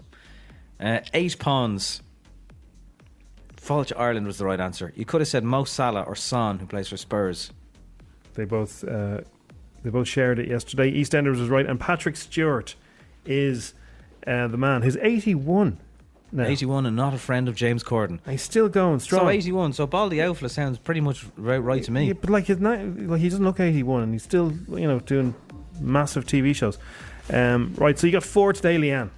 [SPEAKER 6] Uh, eight pawns. Falch Ireland was the right answer. You could have said Mo Salah or Son, who plays for Spurs.
[SPEAKER 3] They both uh, they both shared it yesterday. EastEnders was right, and Patrick Stewart is uh, the man who's 81 now.
[SPEAKER 6] 81 and not a friend of James Corden.
[SPEAKER 3] He's still going strong.
[SPEAKER 6] So 81, so Baldy Outfla sounds pretty much right, right to me.
[SPEAKER 3] Yeah, but like, he's not, like he doesn't look 81 and he's still, you know, doing massive TV shows. Um, right, so you got four today, Leanne.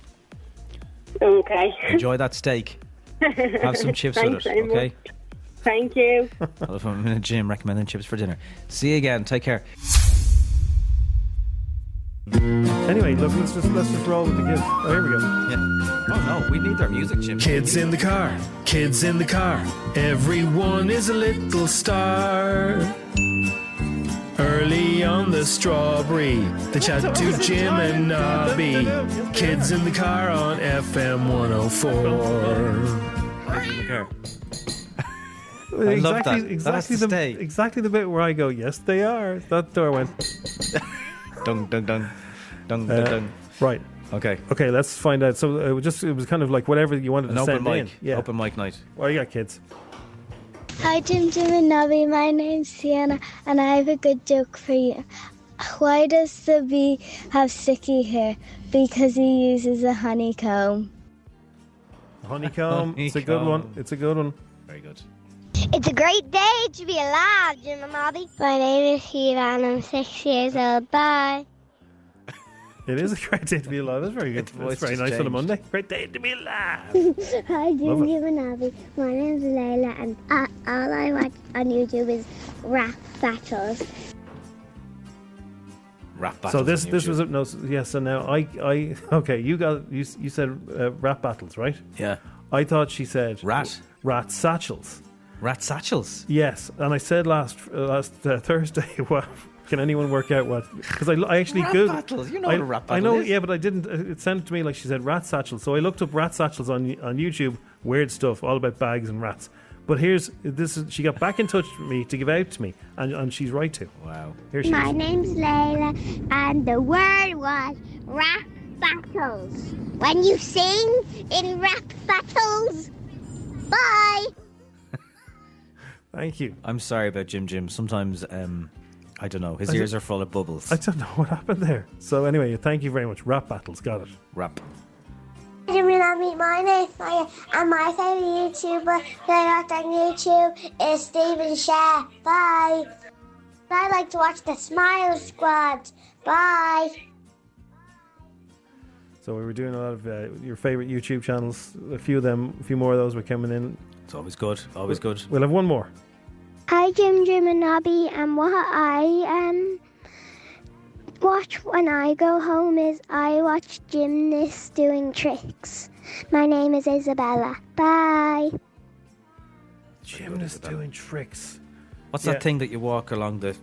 [SPEAKER 24] Okay.
[SPEAKER 6] Enjoy that steak. Have some chips with
[SPEAKER 24] Thanks
[SPEAKER 6] it,
[SPEAKER 24] very much.
[SPEAKER 6] okay?
[SPEAKER 24] Thank you.
[SPEAKER 6] Well, if I'm in a gym recommending chips for dinner. See you again. Take care.
[SPEAKER 3] Anyway, look, let's just let's just roll with the kids. Oh, here we go.
[SPEAKER 6] Yeah. Oh no, we need their music, Jim.
[SPEAKER 1] Kids in the car, kids in the car. Everyone is a little star. Early on the strawberry, the chat to Jim and Nobby. Kids in the car on FM 104.
[SPEAKER 6] I love that. That has
[SPEAKER 3] Exactly
[SPEAKER 6] to
[SPEAKER 3] the exactly the bit where I go, yes, they are. That door went.
[SPEAKER 6] Dung, dung, dung. Dung, dung,
[SPEAKER 3] Uh,
[SPEAKER 6] dung.
[SPEAKER 3] Right.
[SPEAKER 6] Okay.
[SPEAKER 3] Okay. Let's find out. So it was just it was kind of like whatever you wanted
[SPEAKER 6] An
[SPEAKER 3] to
[SPEAKER 6] open
[SPEAKER 3] send
[SPEAKER 6] mic.
[SPEAKER 3] in. Yeah.
[SPEAKER 6] Open mic night.
[SPEAKER 3] Well, you got kids.
[SPEAKER 25] Hi, Jim Jim and Nobby. My name's Sienna, and I have a good joke for you. Why does the bee have sticky hair? Because he uses a honeycomb.
[SPEAKER 3] Honeycomb. It's a good one. It's a good one.
[SPEAKER 6] Very good.
[SPEAKER 25] It's a great day to be alive, Jim and Nobby. My name is Heva, and I'm six years old. Bye.
[SPEAKER 3] It is a great day to be alive. That's very good. That's
[SPEAKER 1] voice
[SPEAKER 3] very
[SPEAKER 1] just
[SPEAKER 3] nice on a
[SPEAKER 1] changed.
[SPEAKER 3] Monday. Great day to be alive.
[SPEAKER 25] Hi,
[SPEAKER 3] Love
[SPEAKER 25] Jim
[SPEAKER 3] it.
[SPEAKER 25] Jim and Abby. My name's Layla, and uh, all I watch on YouTube is rap battles.
[SPEAKER 6] Rap
[SPEAKER 3] So
[SPEAKER 6] battles
[SPEAKER 3] this
[SPEAKER 6] on
[SPEAKER 3] this
[SPEAKER 6] YouTube.
[SPEAKER 3] was a, no s- yeah. So now I I okay. You got you s- you said uh, rap battles, right?
[SPEAKER 6] Yeah.
[SPEAKER 3] I thought she said
[SPEAKER 6] rat
[SPEAKER 3] rat satchels.
[SPEAKER 6] Rat satchels.
[SPEAKER 3] Yes, and I said last uh, last uh, Thursday. What can anyone work out what? Because I, lo- I actually
[SPEAKER 6] Rat
[SPEAKER 3] googled.
[SPEAKER 6] battles, you know
[SPEAKER 3] I,
[SPEAKER 6] what a rat
[SPEAKER 3] I
[SPEAKER 6] battle
[SPEAKER 3] know,
[SPEAKER 6] is.
[SPEAKER 3] yeah, but I didn't. uh, It sounded to me like she said rat satchels. So I looked up rat satchels on on YouTube. Weird stuff, all about bags and rats. But here's this. Is, she got back in touch with me to give out to me, and, and she's right to.
[SPEAKER 6] Wow.
[SPEAKER 3] Here she
[SPEAKER 25] My
[SPEAKER 3] is.
[SPEAKER 25] name's Layla, and the word was rap battles. When you sing in rap battles, bye.
[SPEAKER 3] Thank you.
[SPEAKER 6] I'm sorry about Jim Jim. Sometimes, um, I don't know, his
[SPEAKER 3] I
[SPEAKER 6] ears
[SPEAKER 3] don't-
[SPEAKER 6] are full of bubbles.
[SPEAKER 3] I don't know what happened there. So anyway, thank you very much. Rap battles, got it.
[SPEAKER 6] Rap.
[SPEAKER 25] Jim and Abby, my name's Maya, and my favorite YouTuber that I watch on YouTube is Stephen Share. Bye. I like to watch the Smile Squad. Bye.
[SPEAKER 3] So we were doing a lot of uh, your favorite YouTube channels. A few of them, a few more of those were coming in.
[SPEAKER 6] It's always good. Always good.
[SPEAKER 3] We'll have one more.
[SPEAKER 25] Hi, Jim Jim and Nobby, and what I um watch when I go home is I watch gymnasts doing tricks. My name is Isabella. Bye.
[SPEAKER 3] Gymnast doing tricks.
[SPEAKER 6] What's
[SPEAKER 3] Yeah.
[SPEAKER 6] that thing that you walk along the?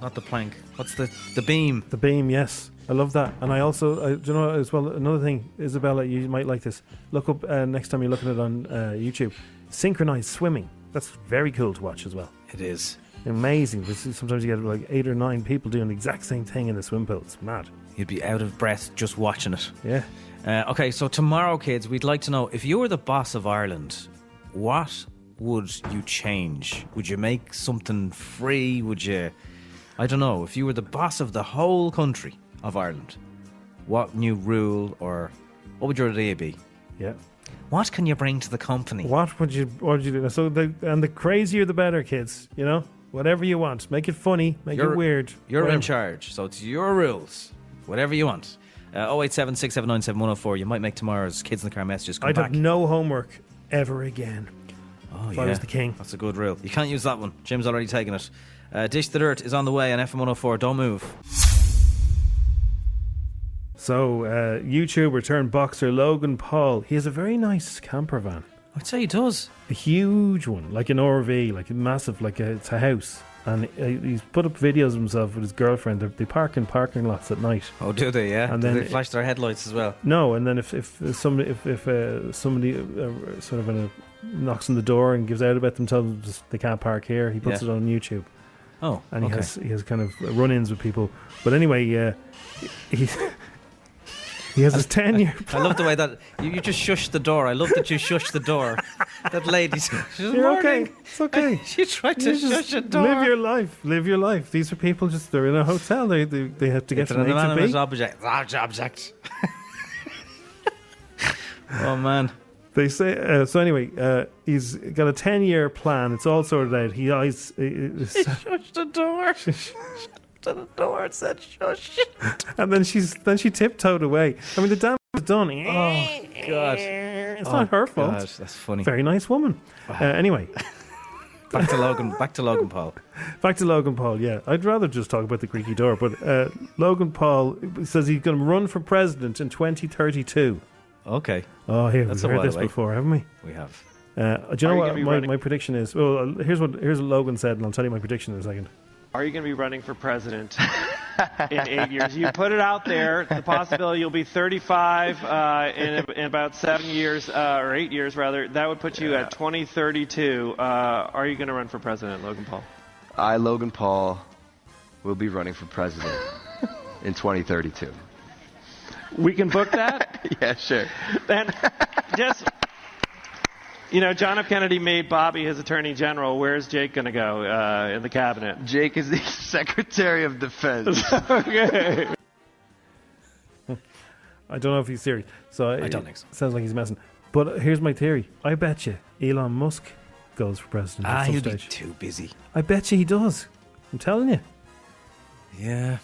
[SPEAKER 6] Not the plank. What's the the beam?
[SPEAKER 3] The beam, yes. I love that. And I also, I, do you know, as well, another thing, Isabella, you might like this. Look up uh, next time you're looking at it on uh, YouTube. Synchronized swimming. That's very cool to watch as well.
[SPEAKER 6] It is.
[SPEAKER 3] Amazing. This is- Sometimes you get like eight or nine people doing the exact same thing in the swim pool. It's mad.
[SPEAKER 6] You'd be out of breath just watching it.
[SPEAKER 3] Yeah.
[SPEAKER 6] Uh, okay, so tomorrow, kids, we'd like to know if you were the boss of Ireland, what would you change? Would you make something free? Would you, I don't know, if you were the boss of the whole country of Ireland, what new rule or what would your idea be?
[SPEAKER 3] Yeah.
[SPEAKER 6] What can you bring to the company?
[SPEAKER 3] What would you what would you do? So the and the crazier the better, kids. You know, whatever you want, make it funny, make
[SPEAKER 6] You're-
[SPEAKER 3] it weird.
[SPEAKER 6] You're in
[SPEAKER 3] whatever.
[SPEAKER 6] charge, so it's your rules. Whatever you want. Uh, 087 679 7104. You might make tomorrow's Kids in the Car messages come
[SPEAKER 3] I'd
[SPEAKER 6] back.
[SPEAKER 3] have no homework ever again.
[SPEAKER 6] Oh,
[SPEAKER 3] if I was the king.
[SPEAKER 6] That's a good rule. You can't use that one. Jim's already taken it. Uh, Dish the Dirt is on the way on FM 104. Don't move.
[SPEAKER 3] So uh, YouTuber turned boxer Logan Paul, he has a very nice camper van.
[SPEAKER 6] I'd say he does.
[SPEAKER 3] A huge one, like an RV, like a massive, like a, it's a house. And uh, he's put up videos of himself with his girlfriend. They, they park in parking lots at night.
[SPEAKER 6] Oh, do they? Yeah.
[SPEAKER 3] And
[SPEAKER 6] do
[SPEAKER 3] then
[SPEAKER 6] they flash their headlights as well.
[SPEAKER 3] No, and then if if somebody if, if uh, somebody uh, uh, sort of uh, knocks on the door and gives out about them, tells them just they can't park here. He puts
[SPEAKER 6] Yeah.
[SPEAKER 3] it on YouTube.
[SPEAKER 6] Oh,
[SPEAKER 3] and he
[SPEAKER 6] okay.
[SPEAKER 3] has he has kind of run-ins with people. But anyway, uh, he he has his ten-year.
[SPEAKER 6] I love the way that you, you just shush the door. I love that you shush the door. that lady. said, "She's
[SPEAKER 3] You're
[SPEAKER 6] morning."
[SPEAKER 3] okay. It's okay.
[SPEAKER 6] She tried to
[SPEAKER 3] You just
[SPEAKER 6] shush a door.
[SPEAKER 3] Live your life. Live your life. These are people just they're in a hotel. They they, they have to get
[SPEAKER 6] It's
[SPEAKER 3] from
[SPEAKER 6] an
[SPEAKER 3] A to
[SPEAKER 6] anonymous
[SPEAKER 3] B.
[SPEAKER 6] object. Large object. oh man.
[SPEAKER 3] They say uh, so. Anyway, uh, he's got a ten-year plan. It's all sorted out. He always.
[SPEAKER 6] She shushed the door. She shushed the door and said, shush.
[SPEAKER 3] and then she's then she tiptoed away. I mean, the damage was done.
[SPEAKER 6] Oh, God.
[SPEAKER 3] It's
[SPEAKER 6] Oh,
[SPEAKER 3] not her fault.
[SPEAKER 6] God, that's funny.
[SPEAKER 3] Very nice woman. Uh, anyway,
[SPEAKER 6] Back to Logan. Back to Logan Paul.
[SPEAKER 3] back to Logan Paul. Yeah, I'd rather just talk about the creaky door. But uh, Logan Paul says he's going to run for president in 2032.
[SPEAKER 6] Okay.
[SPEAKER 3] Oh, here
[SPEAKER 6] That's a
[SPEAKER 3] we've heard
[SPEAKER 6] while
[SPEAKER 3] this
[SPEAKER 6] away.
[SPEAKER 3] before, haven't we?
[SPEAKER 6] We have.
[SPEAKER 3] Uh, do you
[SPEAKER 26] Are
[SPEAKER 3] know
[SPEAKER 26] you
[SPEAKER 3] what
[SPEAKER 26] gonna be
[SPEAKER 3] my,
[SPEAKER 26] running-
[SPEAKER 3] my prediction is? Well, uh, here's what here's what Logan said, and I'll tell you my prediction in a second.
[SPEAKER 26] Are you going to be running for president in eight years? You put it out there, the possibility you'll be 35 uh, in, in about seven years, uh, or eight years rather. That would put you at 2032. Uh, are you going to run for president, Logan Paul?
[SPEAKER 27] I, Logan Paul, will be running for president in 2032.
[SPEAKER 26] We can book that?
[SPEAKER 27] yeah, sure.
[SPEAKER 26] And just You know, John F. Kennedy made Bobby his attorney general. Where's Jake going to go uh, in the cabinet?
[SPEAKER 27] Jake is the Secretary of Defense.
[SPEAKER 26] okay.
[SPEAKER 3] I don't know if he's serious. So I
[SPEAKER 6] don't think so.
[SPEAKER 3] Sounds like he's messing. But here's my theory. I bet you Elon Musk goes for president.
[SPEAKER 6] Ah,
[SPEAKER 3] at some
[SPEAKER 6] he'll
[SPEAKER 3] stage.
[SPEAKER 6] be too busy.
[SPEAKER 3] I bet you he does. I'm telling you.
[SPEAKER 6] Yeah.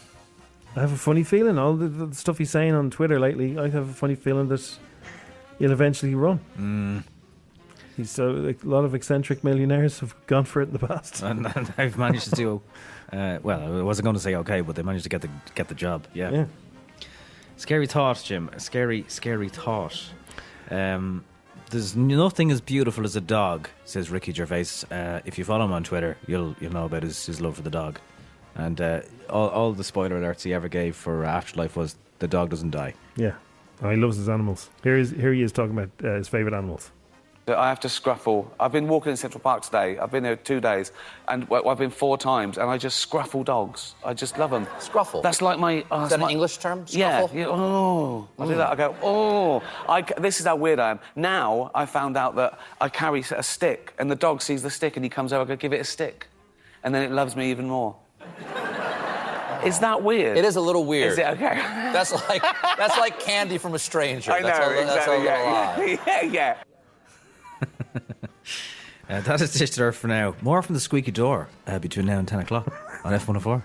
[SPEAKER 3] I have a funny feeling. All the, the stuff he's saying on Twitter lately, I have a funny feeling that he'll eventually run.
[SPEAKER 6] Mm.
[SPEAKER 3] He's uh, a lot of eccentric millionaires have gone for it in the past.
[SPEAKER 6] And, and I've managed to do. Uh, well, I wasn't going to say okay, but they managed to get the get the job. Yeah.
[SPEAKER 3] Yeah.
[SPEAKER 6] Scary thought, Jim. A scary, scary thought. Um, there's nothing as beautiful as a dog, says Ricky Gervais. Uh, if you follow him on Twitter, you'll you'll know about his, his love for the dog. And uh, all, all the spoiler alerts he ever gave for Afterlife was the dog doesn't die.
[SPEAKER 3] Yeah. Oh, he loves his animals. Here, is, here he is talking about uh, his favourite animals.
[SPEAKER 28] that I have to scruffle. I've been walking in Central Park today. I've been there two days, and w- I've been four times, and I just scruffle dogs. I just love them. Scruffle. That's like my. Uh,
[SPEAKER 9] Is that an
[SPEAKER 28] my-
[SPEAKER 9] English term?
[SPEAKER 28] Yeah,
[SPEAKER 9] Scuffle?
[SPEAKER 28] yeah. Oh, I do
[SPEAKER 9] Mm.
[SPEAKER 28] that. I go. Oh, I ca- this is how weird I am. Now I found out that I carry a stick, and the dog sees the stick, and he comes over. I go, give it a stick, and then it loves me even more. Is that weird?
[SPEAKER 9] It is a little weird.
[SPEAKER 28] Is it okay?
[SPEAKER 9] That's like that's like candy from a stranger.
[SPEAKER 28] I know
[SPEAKER 9] that's a, that's a
[SPEAKER 28] exactly.
[SPEAKER 9] little odd.
[SPEAKER 28] yeah, yeah, yeah.
[SPEAKER 6] Uh, that is just there for now. More from the squeaky door uh, between now and 10 o'clock on F104.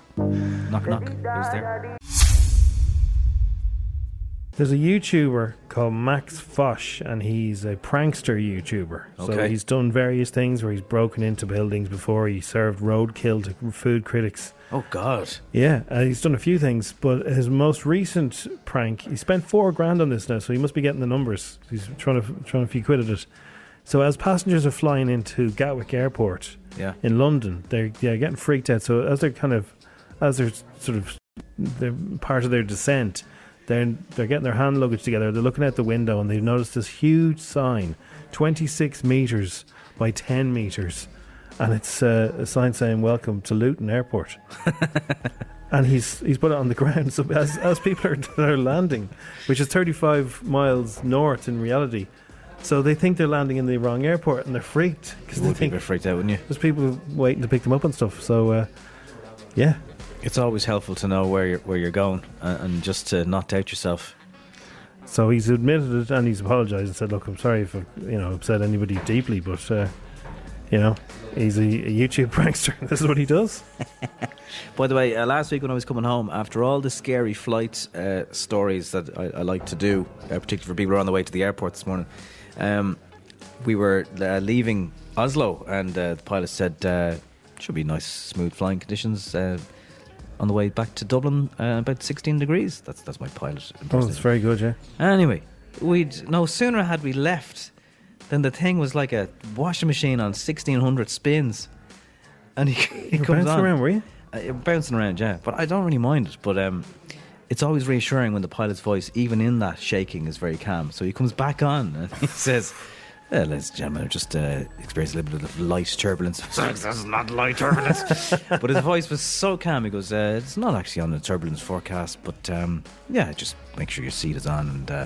[SPEAKER 6] Knock, knock. Who's there?
[SPEAKER 3] There's a YouTuber called Max Fosh, and he's a prankster YouTuber. So
[SPEAKER 6] Okay.
[SPEAKER 3] he's done various things where he's broken into buildings before. He served roadkill to food critics.
[SPEAKER 6] Oh, God.
[SPEAKER 3] Yeah, uh, he's done a few things, but his most recent prank, he spent four grand on this now, so he must be getting the numbers. He's trying to trying a few quid at it. So as passengers are flying into Gatwick Airport
[SPEAKER 6] Yeah.
[SPEAKER 3] in London, they're yeah getting freaked out. So as they're kind of as they're sort of they're part of their descent, they're they're getting their hand luggage together. They're looking out the window and they've noticed this huge sign, twenty six meters by ten meters, and it's uh, a sign saying "Welcome to Luton Airport." and he's he's put it on the ground. So as, as people are they're landing, which is 35 miles north in reality, so they think they're landing in the wrong airport and they're freaked because
[SPEAKER 6] You
[SPEAKER 3] they
[SPEAKER 6] would be a
[SPEAKER 3] think
[SPEAKER 6] bit freaked out, wouldn't you?
[SPEAKER 3] there's people waiting to pick them up and stuff. So uh, yeah,
[SPEAKER 6] It's always helpful to know where you're, where you're going and, and just to not doubt yourself.
[SPEAKER 3] so he's admitted it and he's apologized and said, "Look, I'm sorry if I, you know upset anybody deeply, but uh, you know he's a, a YouTube prankster. this is what he does."
[SPEAKER 6] By the way, uh, last week when I was coming home, after all the scary flight uh, stories that I, I like to do, uh, particularly for people who are on the way to the airport this morning, um, we were uh, leaving Oslo, and uh, the pilot said, uh, "Should be nice, smooth flying conditions." Uh, on the way back to Dublin, uh, about 16 degrees. That's that's my pilot.
[SPEAKER 3] Oh, that's very good, yeah.
[SPEAKER 6] Anyway, we'd no sooner had we left than the thing was like a washing machine on sixteen hundred spins, and he, he
[SPEAKER 3] You were
[SPEAKER 6] comes
[SPEAKER 3] bouncing
[SPEAKER 6] on.
[SPEAKER 3] around, were you?
[SPEAKER 6] Uh, yeah, bouncing around, yeah. But I don't really mind it. But um, it's always reassuring when the pilot's voice, even in that shaking, is very calm. So he comes back on and he says. "Well, ladies and gentlemen, I've just uh, experienced a little bit of light turbulence. this is not light turbulence. but his voice was so calm. He goes, uh, "It's not actually on the turbulence forecast, but um, yeah, just make sure your seat is on, and uh,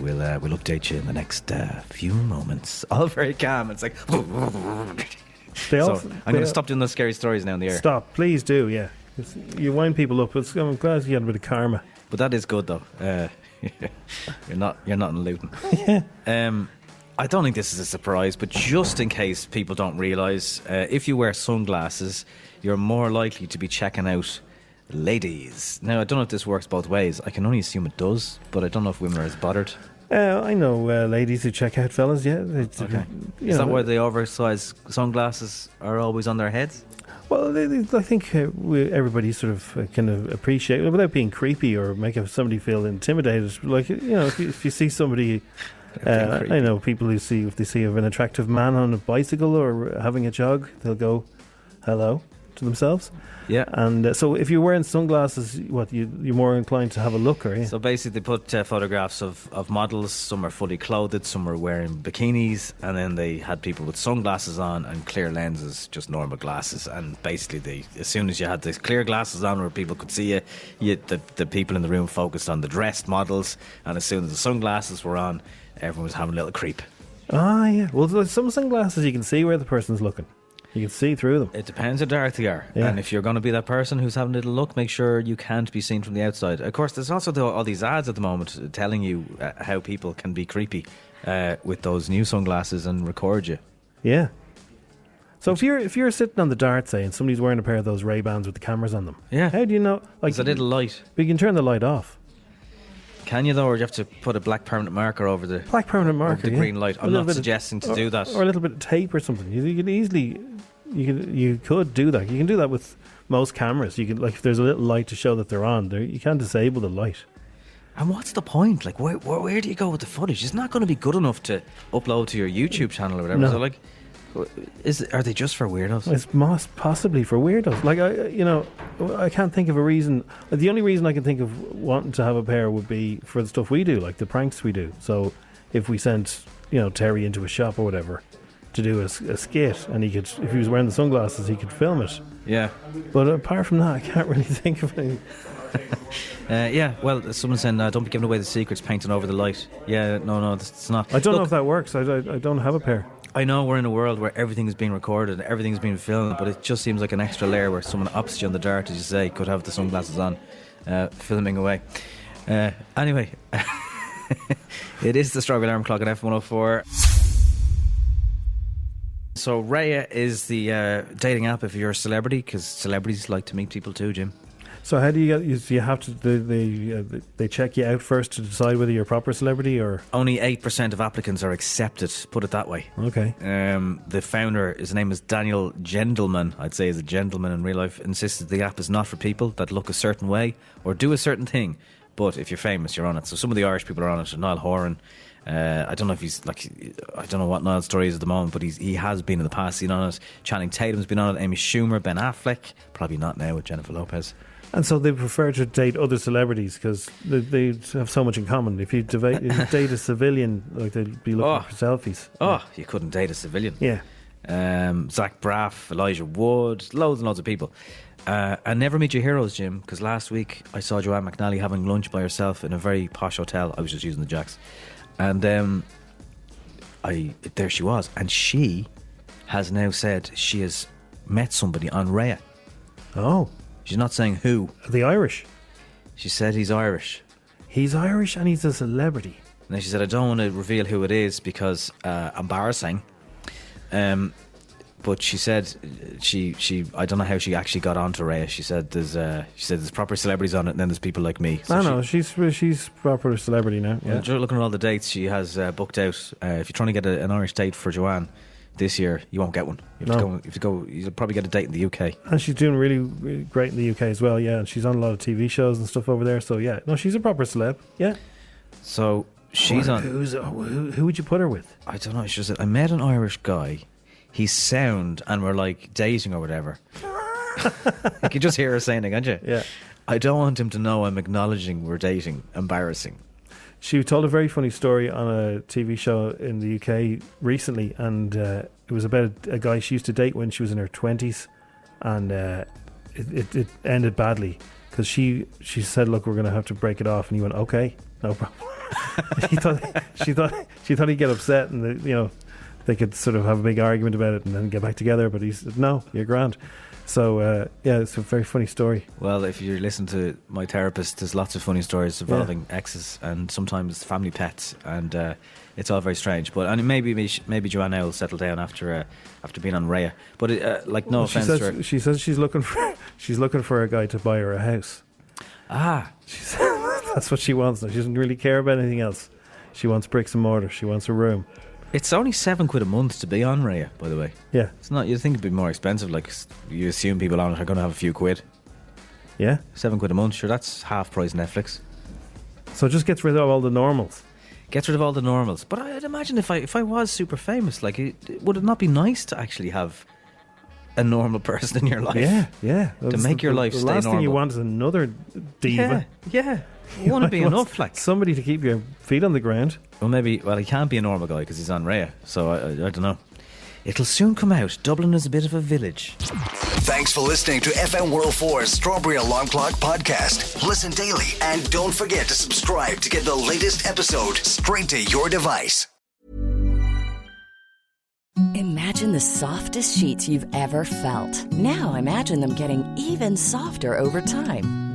[SPEAKER 6] we'll uh, we'll update you in the next uh, few moments." All very calm. It's like,
[SPEAKER 3] They
[SPEAKER 6] so
[SPEAKER 3] also-
[SPEAKER 6] I'm going
[SPEAKER 3] they-
[SPEAKER 6] to stop doing those scary stories now in the air.
[SPEAKER 3] Stop, please do, yeah. It's- you wind people up. It's, I'm glad you had a bit of karma.
[SPEAKER 6] But that is good though. Uh, you're not you're not in Luton. yeah. Um, I don't think this is a surprise, but just in case people don't realise, uh, if you wear sunglasses, you're more likely to be checking out ladies. Now I don't know if this works both ways. I can only assume it does, but I don't know if women are as bothered.
[SPEAKER 3] Uh, I know uh, ladies who check out fellas. Yeah, it's,
[SPEAKER 6] Okay.
[SPEAKER 3] you
[SPEAKER 6] Is
[SPEAKER 3] know,
[SPEAKER 6] that why the oversized sunglasses are always on their heads?
[SPEAKER 3] Well, they- they- I think uh, we, everybody sort of uh, kind of appreciate without being creepy or making somebody feel intimidated. Like you know, if you, if you see somebody. Uh, I know people who see if they see an attractive man on a bicycle or having a jog, they'll go hello to themselves.
[SPEAKER 6] Yeah.
[SPEAKER 3] And uh, so if you're wearing sunglasses, what you you're more inclined to have a look, are you?
[SPEAKER 6] So basically, they put uh, photographs of, of models. Some are fully clothed, some are wearing bikinis, and then they had people with sunglasses on and clear lenses, just normal glasses. And basically, they as soon as you had these clear glasses on where people could see you, you the, the people in the room focused on the dressed models, and as soon as the sunglasses were on, everyone was having a little creep.
[SPEAKER 3] Ah, yeah. Well, there's some sunglasses you can see where the person's looking. You can see through them.
[SPEAKER 6] It depends how dark they are.
[SPEAKER 3] Yeah.
[SPEAKER 6] And if you're going to be that person who's having a little look, make sure you can't be seen from the outside. Of course, there's also the, all these ads at the moment telling you uh, how people can be creepy uh, with those new sunglasses and record you.
[SPEAKER 3] Yeah. So if you're if you're sitting on the dart, say, and somebody's wearing a pair of those Ray Bans with the cameras on them,
[SPEAKER 6] Yeah.
[SPEAKER 3] How do you know? Like
[SPEAKER 6] There's a little light.
[SPEAKER 3] but you can turn the light off.
[SPEAKER 6] Can you, though, or do you have to put a black permanent marker over the
[SPEAKER 3] Black permanent marker,
[SPEAKER 6] the
[SPEAKER 3] yeah.
[SPEAKER 6] green light?
[SPEAKER 3] A
[SPEAKER 6] I'm
[SPEAKER 3] little
[SPEAKER 6] not
[SPEAKER 3] bit of-
[SPEAKER 6] suggesting to
[SPEAKER 3] or-
[SPEAKER 6] do that.
[SPEAKER 3] or a little bit of tape or something. You, you could easily, you could you could do that. You can do that with most cameras. You can like if there's a little light to show that they're on, there you can disable the light.
[SPEAKER 6] And what's the point? Like, where, where, where do you go with the footage? It's not going to be good enough to upload to your YouTube channel or whatever.
[SPEAKER 3] No.
[SPEAKER 6] So, like, w- is are they just for weirdos?
[SPEAKER 3] It's mos- possibly for weirdos. Like I, you know, I can't think of a reason. The only reason I can think of wanting to have a pair would be for the stuff we do, like the pranks we do. So if we sent, you know, Terry into a shop or whatever to do a, s- a skit, and he could, if he was wearing the sunglasses, he could film it.
[SPEAKER 6] Yeah.
[SPEAKER 3] But apart from that, I can't really think of any.
[SPEAKER 6] Uh, yeah, well, someone saying, uh, don't be giving away the secrets painting over the light. Yeah, no, no, this- it's not.
[SPEAKER 3] I don't know
[SPEAKER 6] Look,
[SPEAKER 3] if that works. I, I, I don't have a pair.
[SPEAKER 6] I know we're in a world where everything is being recorded and everything's being filmed, but it just seems like an extra layer where someone opposite you on the dart, as you say, could have the sunglasses on, uh, filming away. Uh, anyway, it is the Strawberry Alarm Clock at F104. So, Raya is the uh, dating app if you're a celebrity, because celebrities like to meet people too, Jim.
[SPEAKER 3] So how do you get? You, so you have to they they, uh, they check you out first to decide whether you're a proper celebrity or
[SPEAKER 6] Only 8% of applicants are accepted, put it that way.
[SPEAKER 3] okay.
[SPEAKER 6] Um, the founder, his name is Daniel Gentleman. I'd say is a gentleman in real life. Insisted the app is not for people that look a certain way or do a certain thing. But if you're famous, you're on it. So some of the Irish people are on it. Niall Horan. Uh, I don't know if he's like I don't know what Niall's story is at the moment, but he's he has been in the past. He's on it. Channing Tatum's been on it. Amy Schumer, Ben Affleck, probably not now with Jennifer Lopez.
[SPEAKER 3] And so they prefer to date other celebrities because they, they have so much in common. If you, debate, if you date a civilian, like they'd be looking for selfies.
[SPEAKER 6] Oh, you couldn't date a civilian.
[SPEAKER 3] Yeah.
[SPEAKER 6] Um, Zach Braff, Elijah Wood, loads and loads of people. Uh, and never meet your heroes, Jim, because last week I saw Joanne McNally having lunch by herself in a very posh hotel. I was just using the jacks. And um, I there she was. And she has now said she has met somebody on Raya.
[SPEAKER 3] Oh.
[SPEAKER 6] She's not saying who.
[SPEAKER 3] The Irish.
[SPEAKER 6] She said he's Irish.
[SPEAKER 3] He's Irish and he's a celebrity.
[SPEAKER 6] And then she said, I don't want to reveal who it is because uh, embarrassing. Um, but she said she she I don't know how she actually got onto Raya. She said there's uh, she said there's proper celebrities on it, and then there's people like me.
[SPEAKER 3] I know she's she's proper celebrity now.
[SPEAKER 6] Well,
[SPEAKER 3] Yeah.
[SPEAKER 6] ju- looking at all the dates she has uh, booked out, uh, if you're trying to get a, an Irish date for Joanne this year, you won't get one. You have,
[SPEAKER 3] No.
[SPEAKER 6] to go, you have to go. You'll probably get a date in the UK.
[SPEAKER 3] And she's doing really, really great in the UK as well. Yeah, and she's on a lot of TV shows and stuff over there. So yeah, no, she's a proper celeb. Yeah.
[SPEAKER 6] So she's
[SPEAKER 3] Or
[SPEAKER 6] on.
[SPEAKER 3] Who's, who, who would you put her with?
[SPEAKER 6] I don't know. It's just that I met an Irish guy. He's sound, and we're like dating or whatever. you can just hear her saying it, can't you?
[SPEAKER 3] Yeah.
[SPEAKER 6] I don't want him to know I'm acknowledging we're dating. Embarrassing.
[SPEAKER 3] She told a very funny story on a TV show in the UK recently, and uh, it was about a, a guy she used to date when she was in her twenties, and uh, it, it, it ended badly because she she said, "Look, we're going to have to break it off," and he went, "Okay, no problem." she thought she thought she thought he'd get upset, and the, you know they could sort of have a big argument about it and then get back together. But he said, "No, you're grand." So uh, yeah, it's a very funny story.
[SPEAKER 6] Well, if you listen to my therapist, there's lots of funny stories involving exes and sometimes family pets, and uh, it's all very strange. But and maybe maybe Joanna will settle down after uh, after being on Raya. But it, uh, like, no
[SPEAKER 3] she
[SPEAKER 6] offense
[SPEAKER 3] says,
[SPEAKER 6] to her.
[SPEAKER 3] She says she's looking for she's looking for a guy to buy her a house.
[SPEAKER 6] Ah,
[SPEAKER 3] she said, that's what she wants. Now she doesn't really care about anything else. She wants bricks and mortar. She wants a room.
[SPEAKER 6] It's only seven quid a month to be on Raya, by the way.
[SPEAKER 3] Yeah.
[SPEAKER 6] It's not, you'd think it'd be more expensive. Like, s- you assume people on it are going to have a few quid.
[SPEAKER 3] Yeah.
[SPEAKER 6] Seven quid a month, sure, that's half price Netflix.
[SPEAKER 3] So it just gets rid of all the normals.
[SPEAKER 6] Gets rid of all the normals. But I'd imagine if I if I was super famous, like, it, it- would it not be nice to actually have a normal person in your life?
[SPEAKER 3] Yeah, yeah.
[SPEAKER 6] To make your life
[SPEAKER 3] the
[SPEAKER 6] stay
[SPEAKER 3] last thing you
[SPEAKER 6] normal.
[SPEAKER 3] want is another diva.
[SPEAKER 6] Yeah, yeah.
[SPEAKER 3] You
[SPEAKER 6] Wouldn't it
[SPEAKER 3] might
[SPEAKER 6] be
[SPEAKER 3] want
[SPEAKER 6] enough, like
[SPEAKER 3] somebody to keep your feet on the ground.
[SPEAKER 6] Well, maybe. Well, he can't be a normal guy because he's on Raya. So I, I, I don't know. It'll soon come out. Dublin is a bit of a village.
[SPEAKER 2] Thanks for listening to FM 104's Strawberry Alarm Clock Podcast. Listen daily and don't forget to subscribe to get the latest episode straight to your device.
[SPEAKER 10] Imagine the softest sheets you've ever felt. Now imagine them getting even softer over time.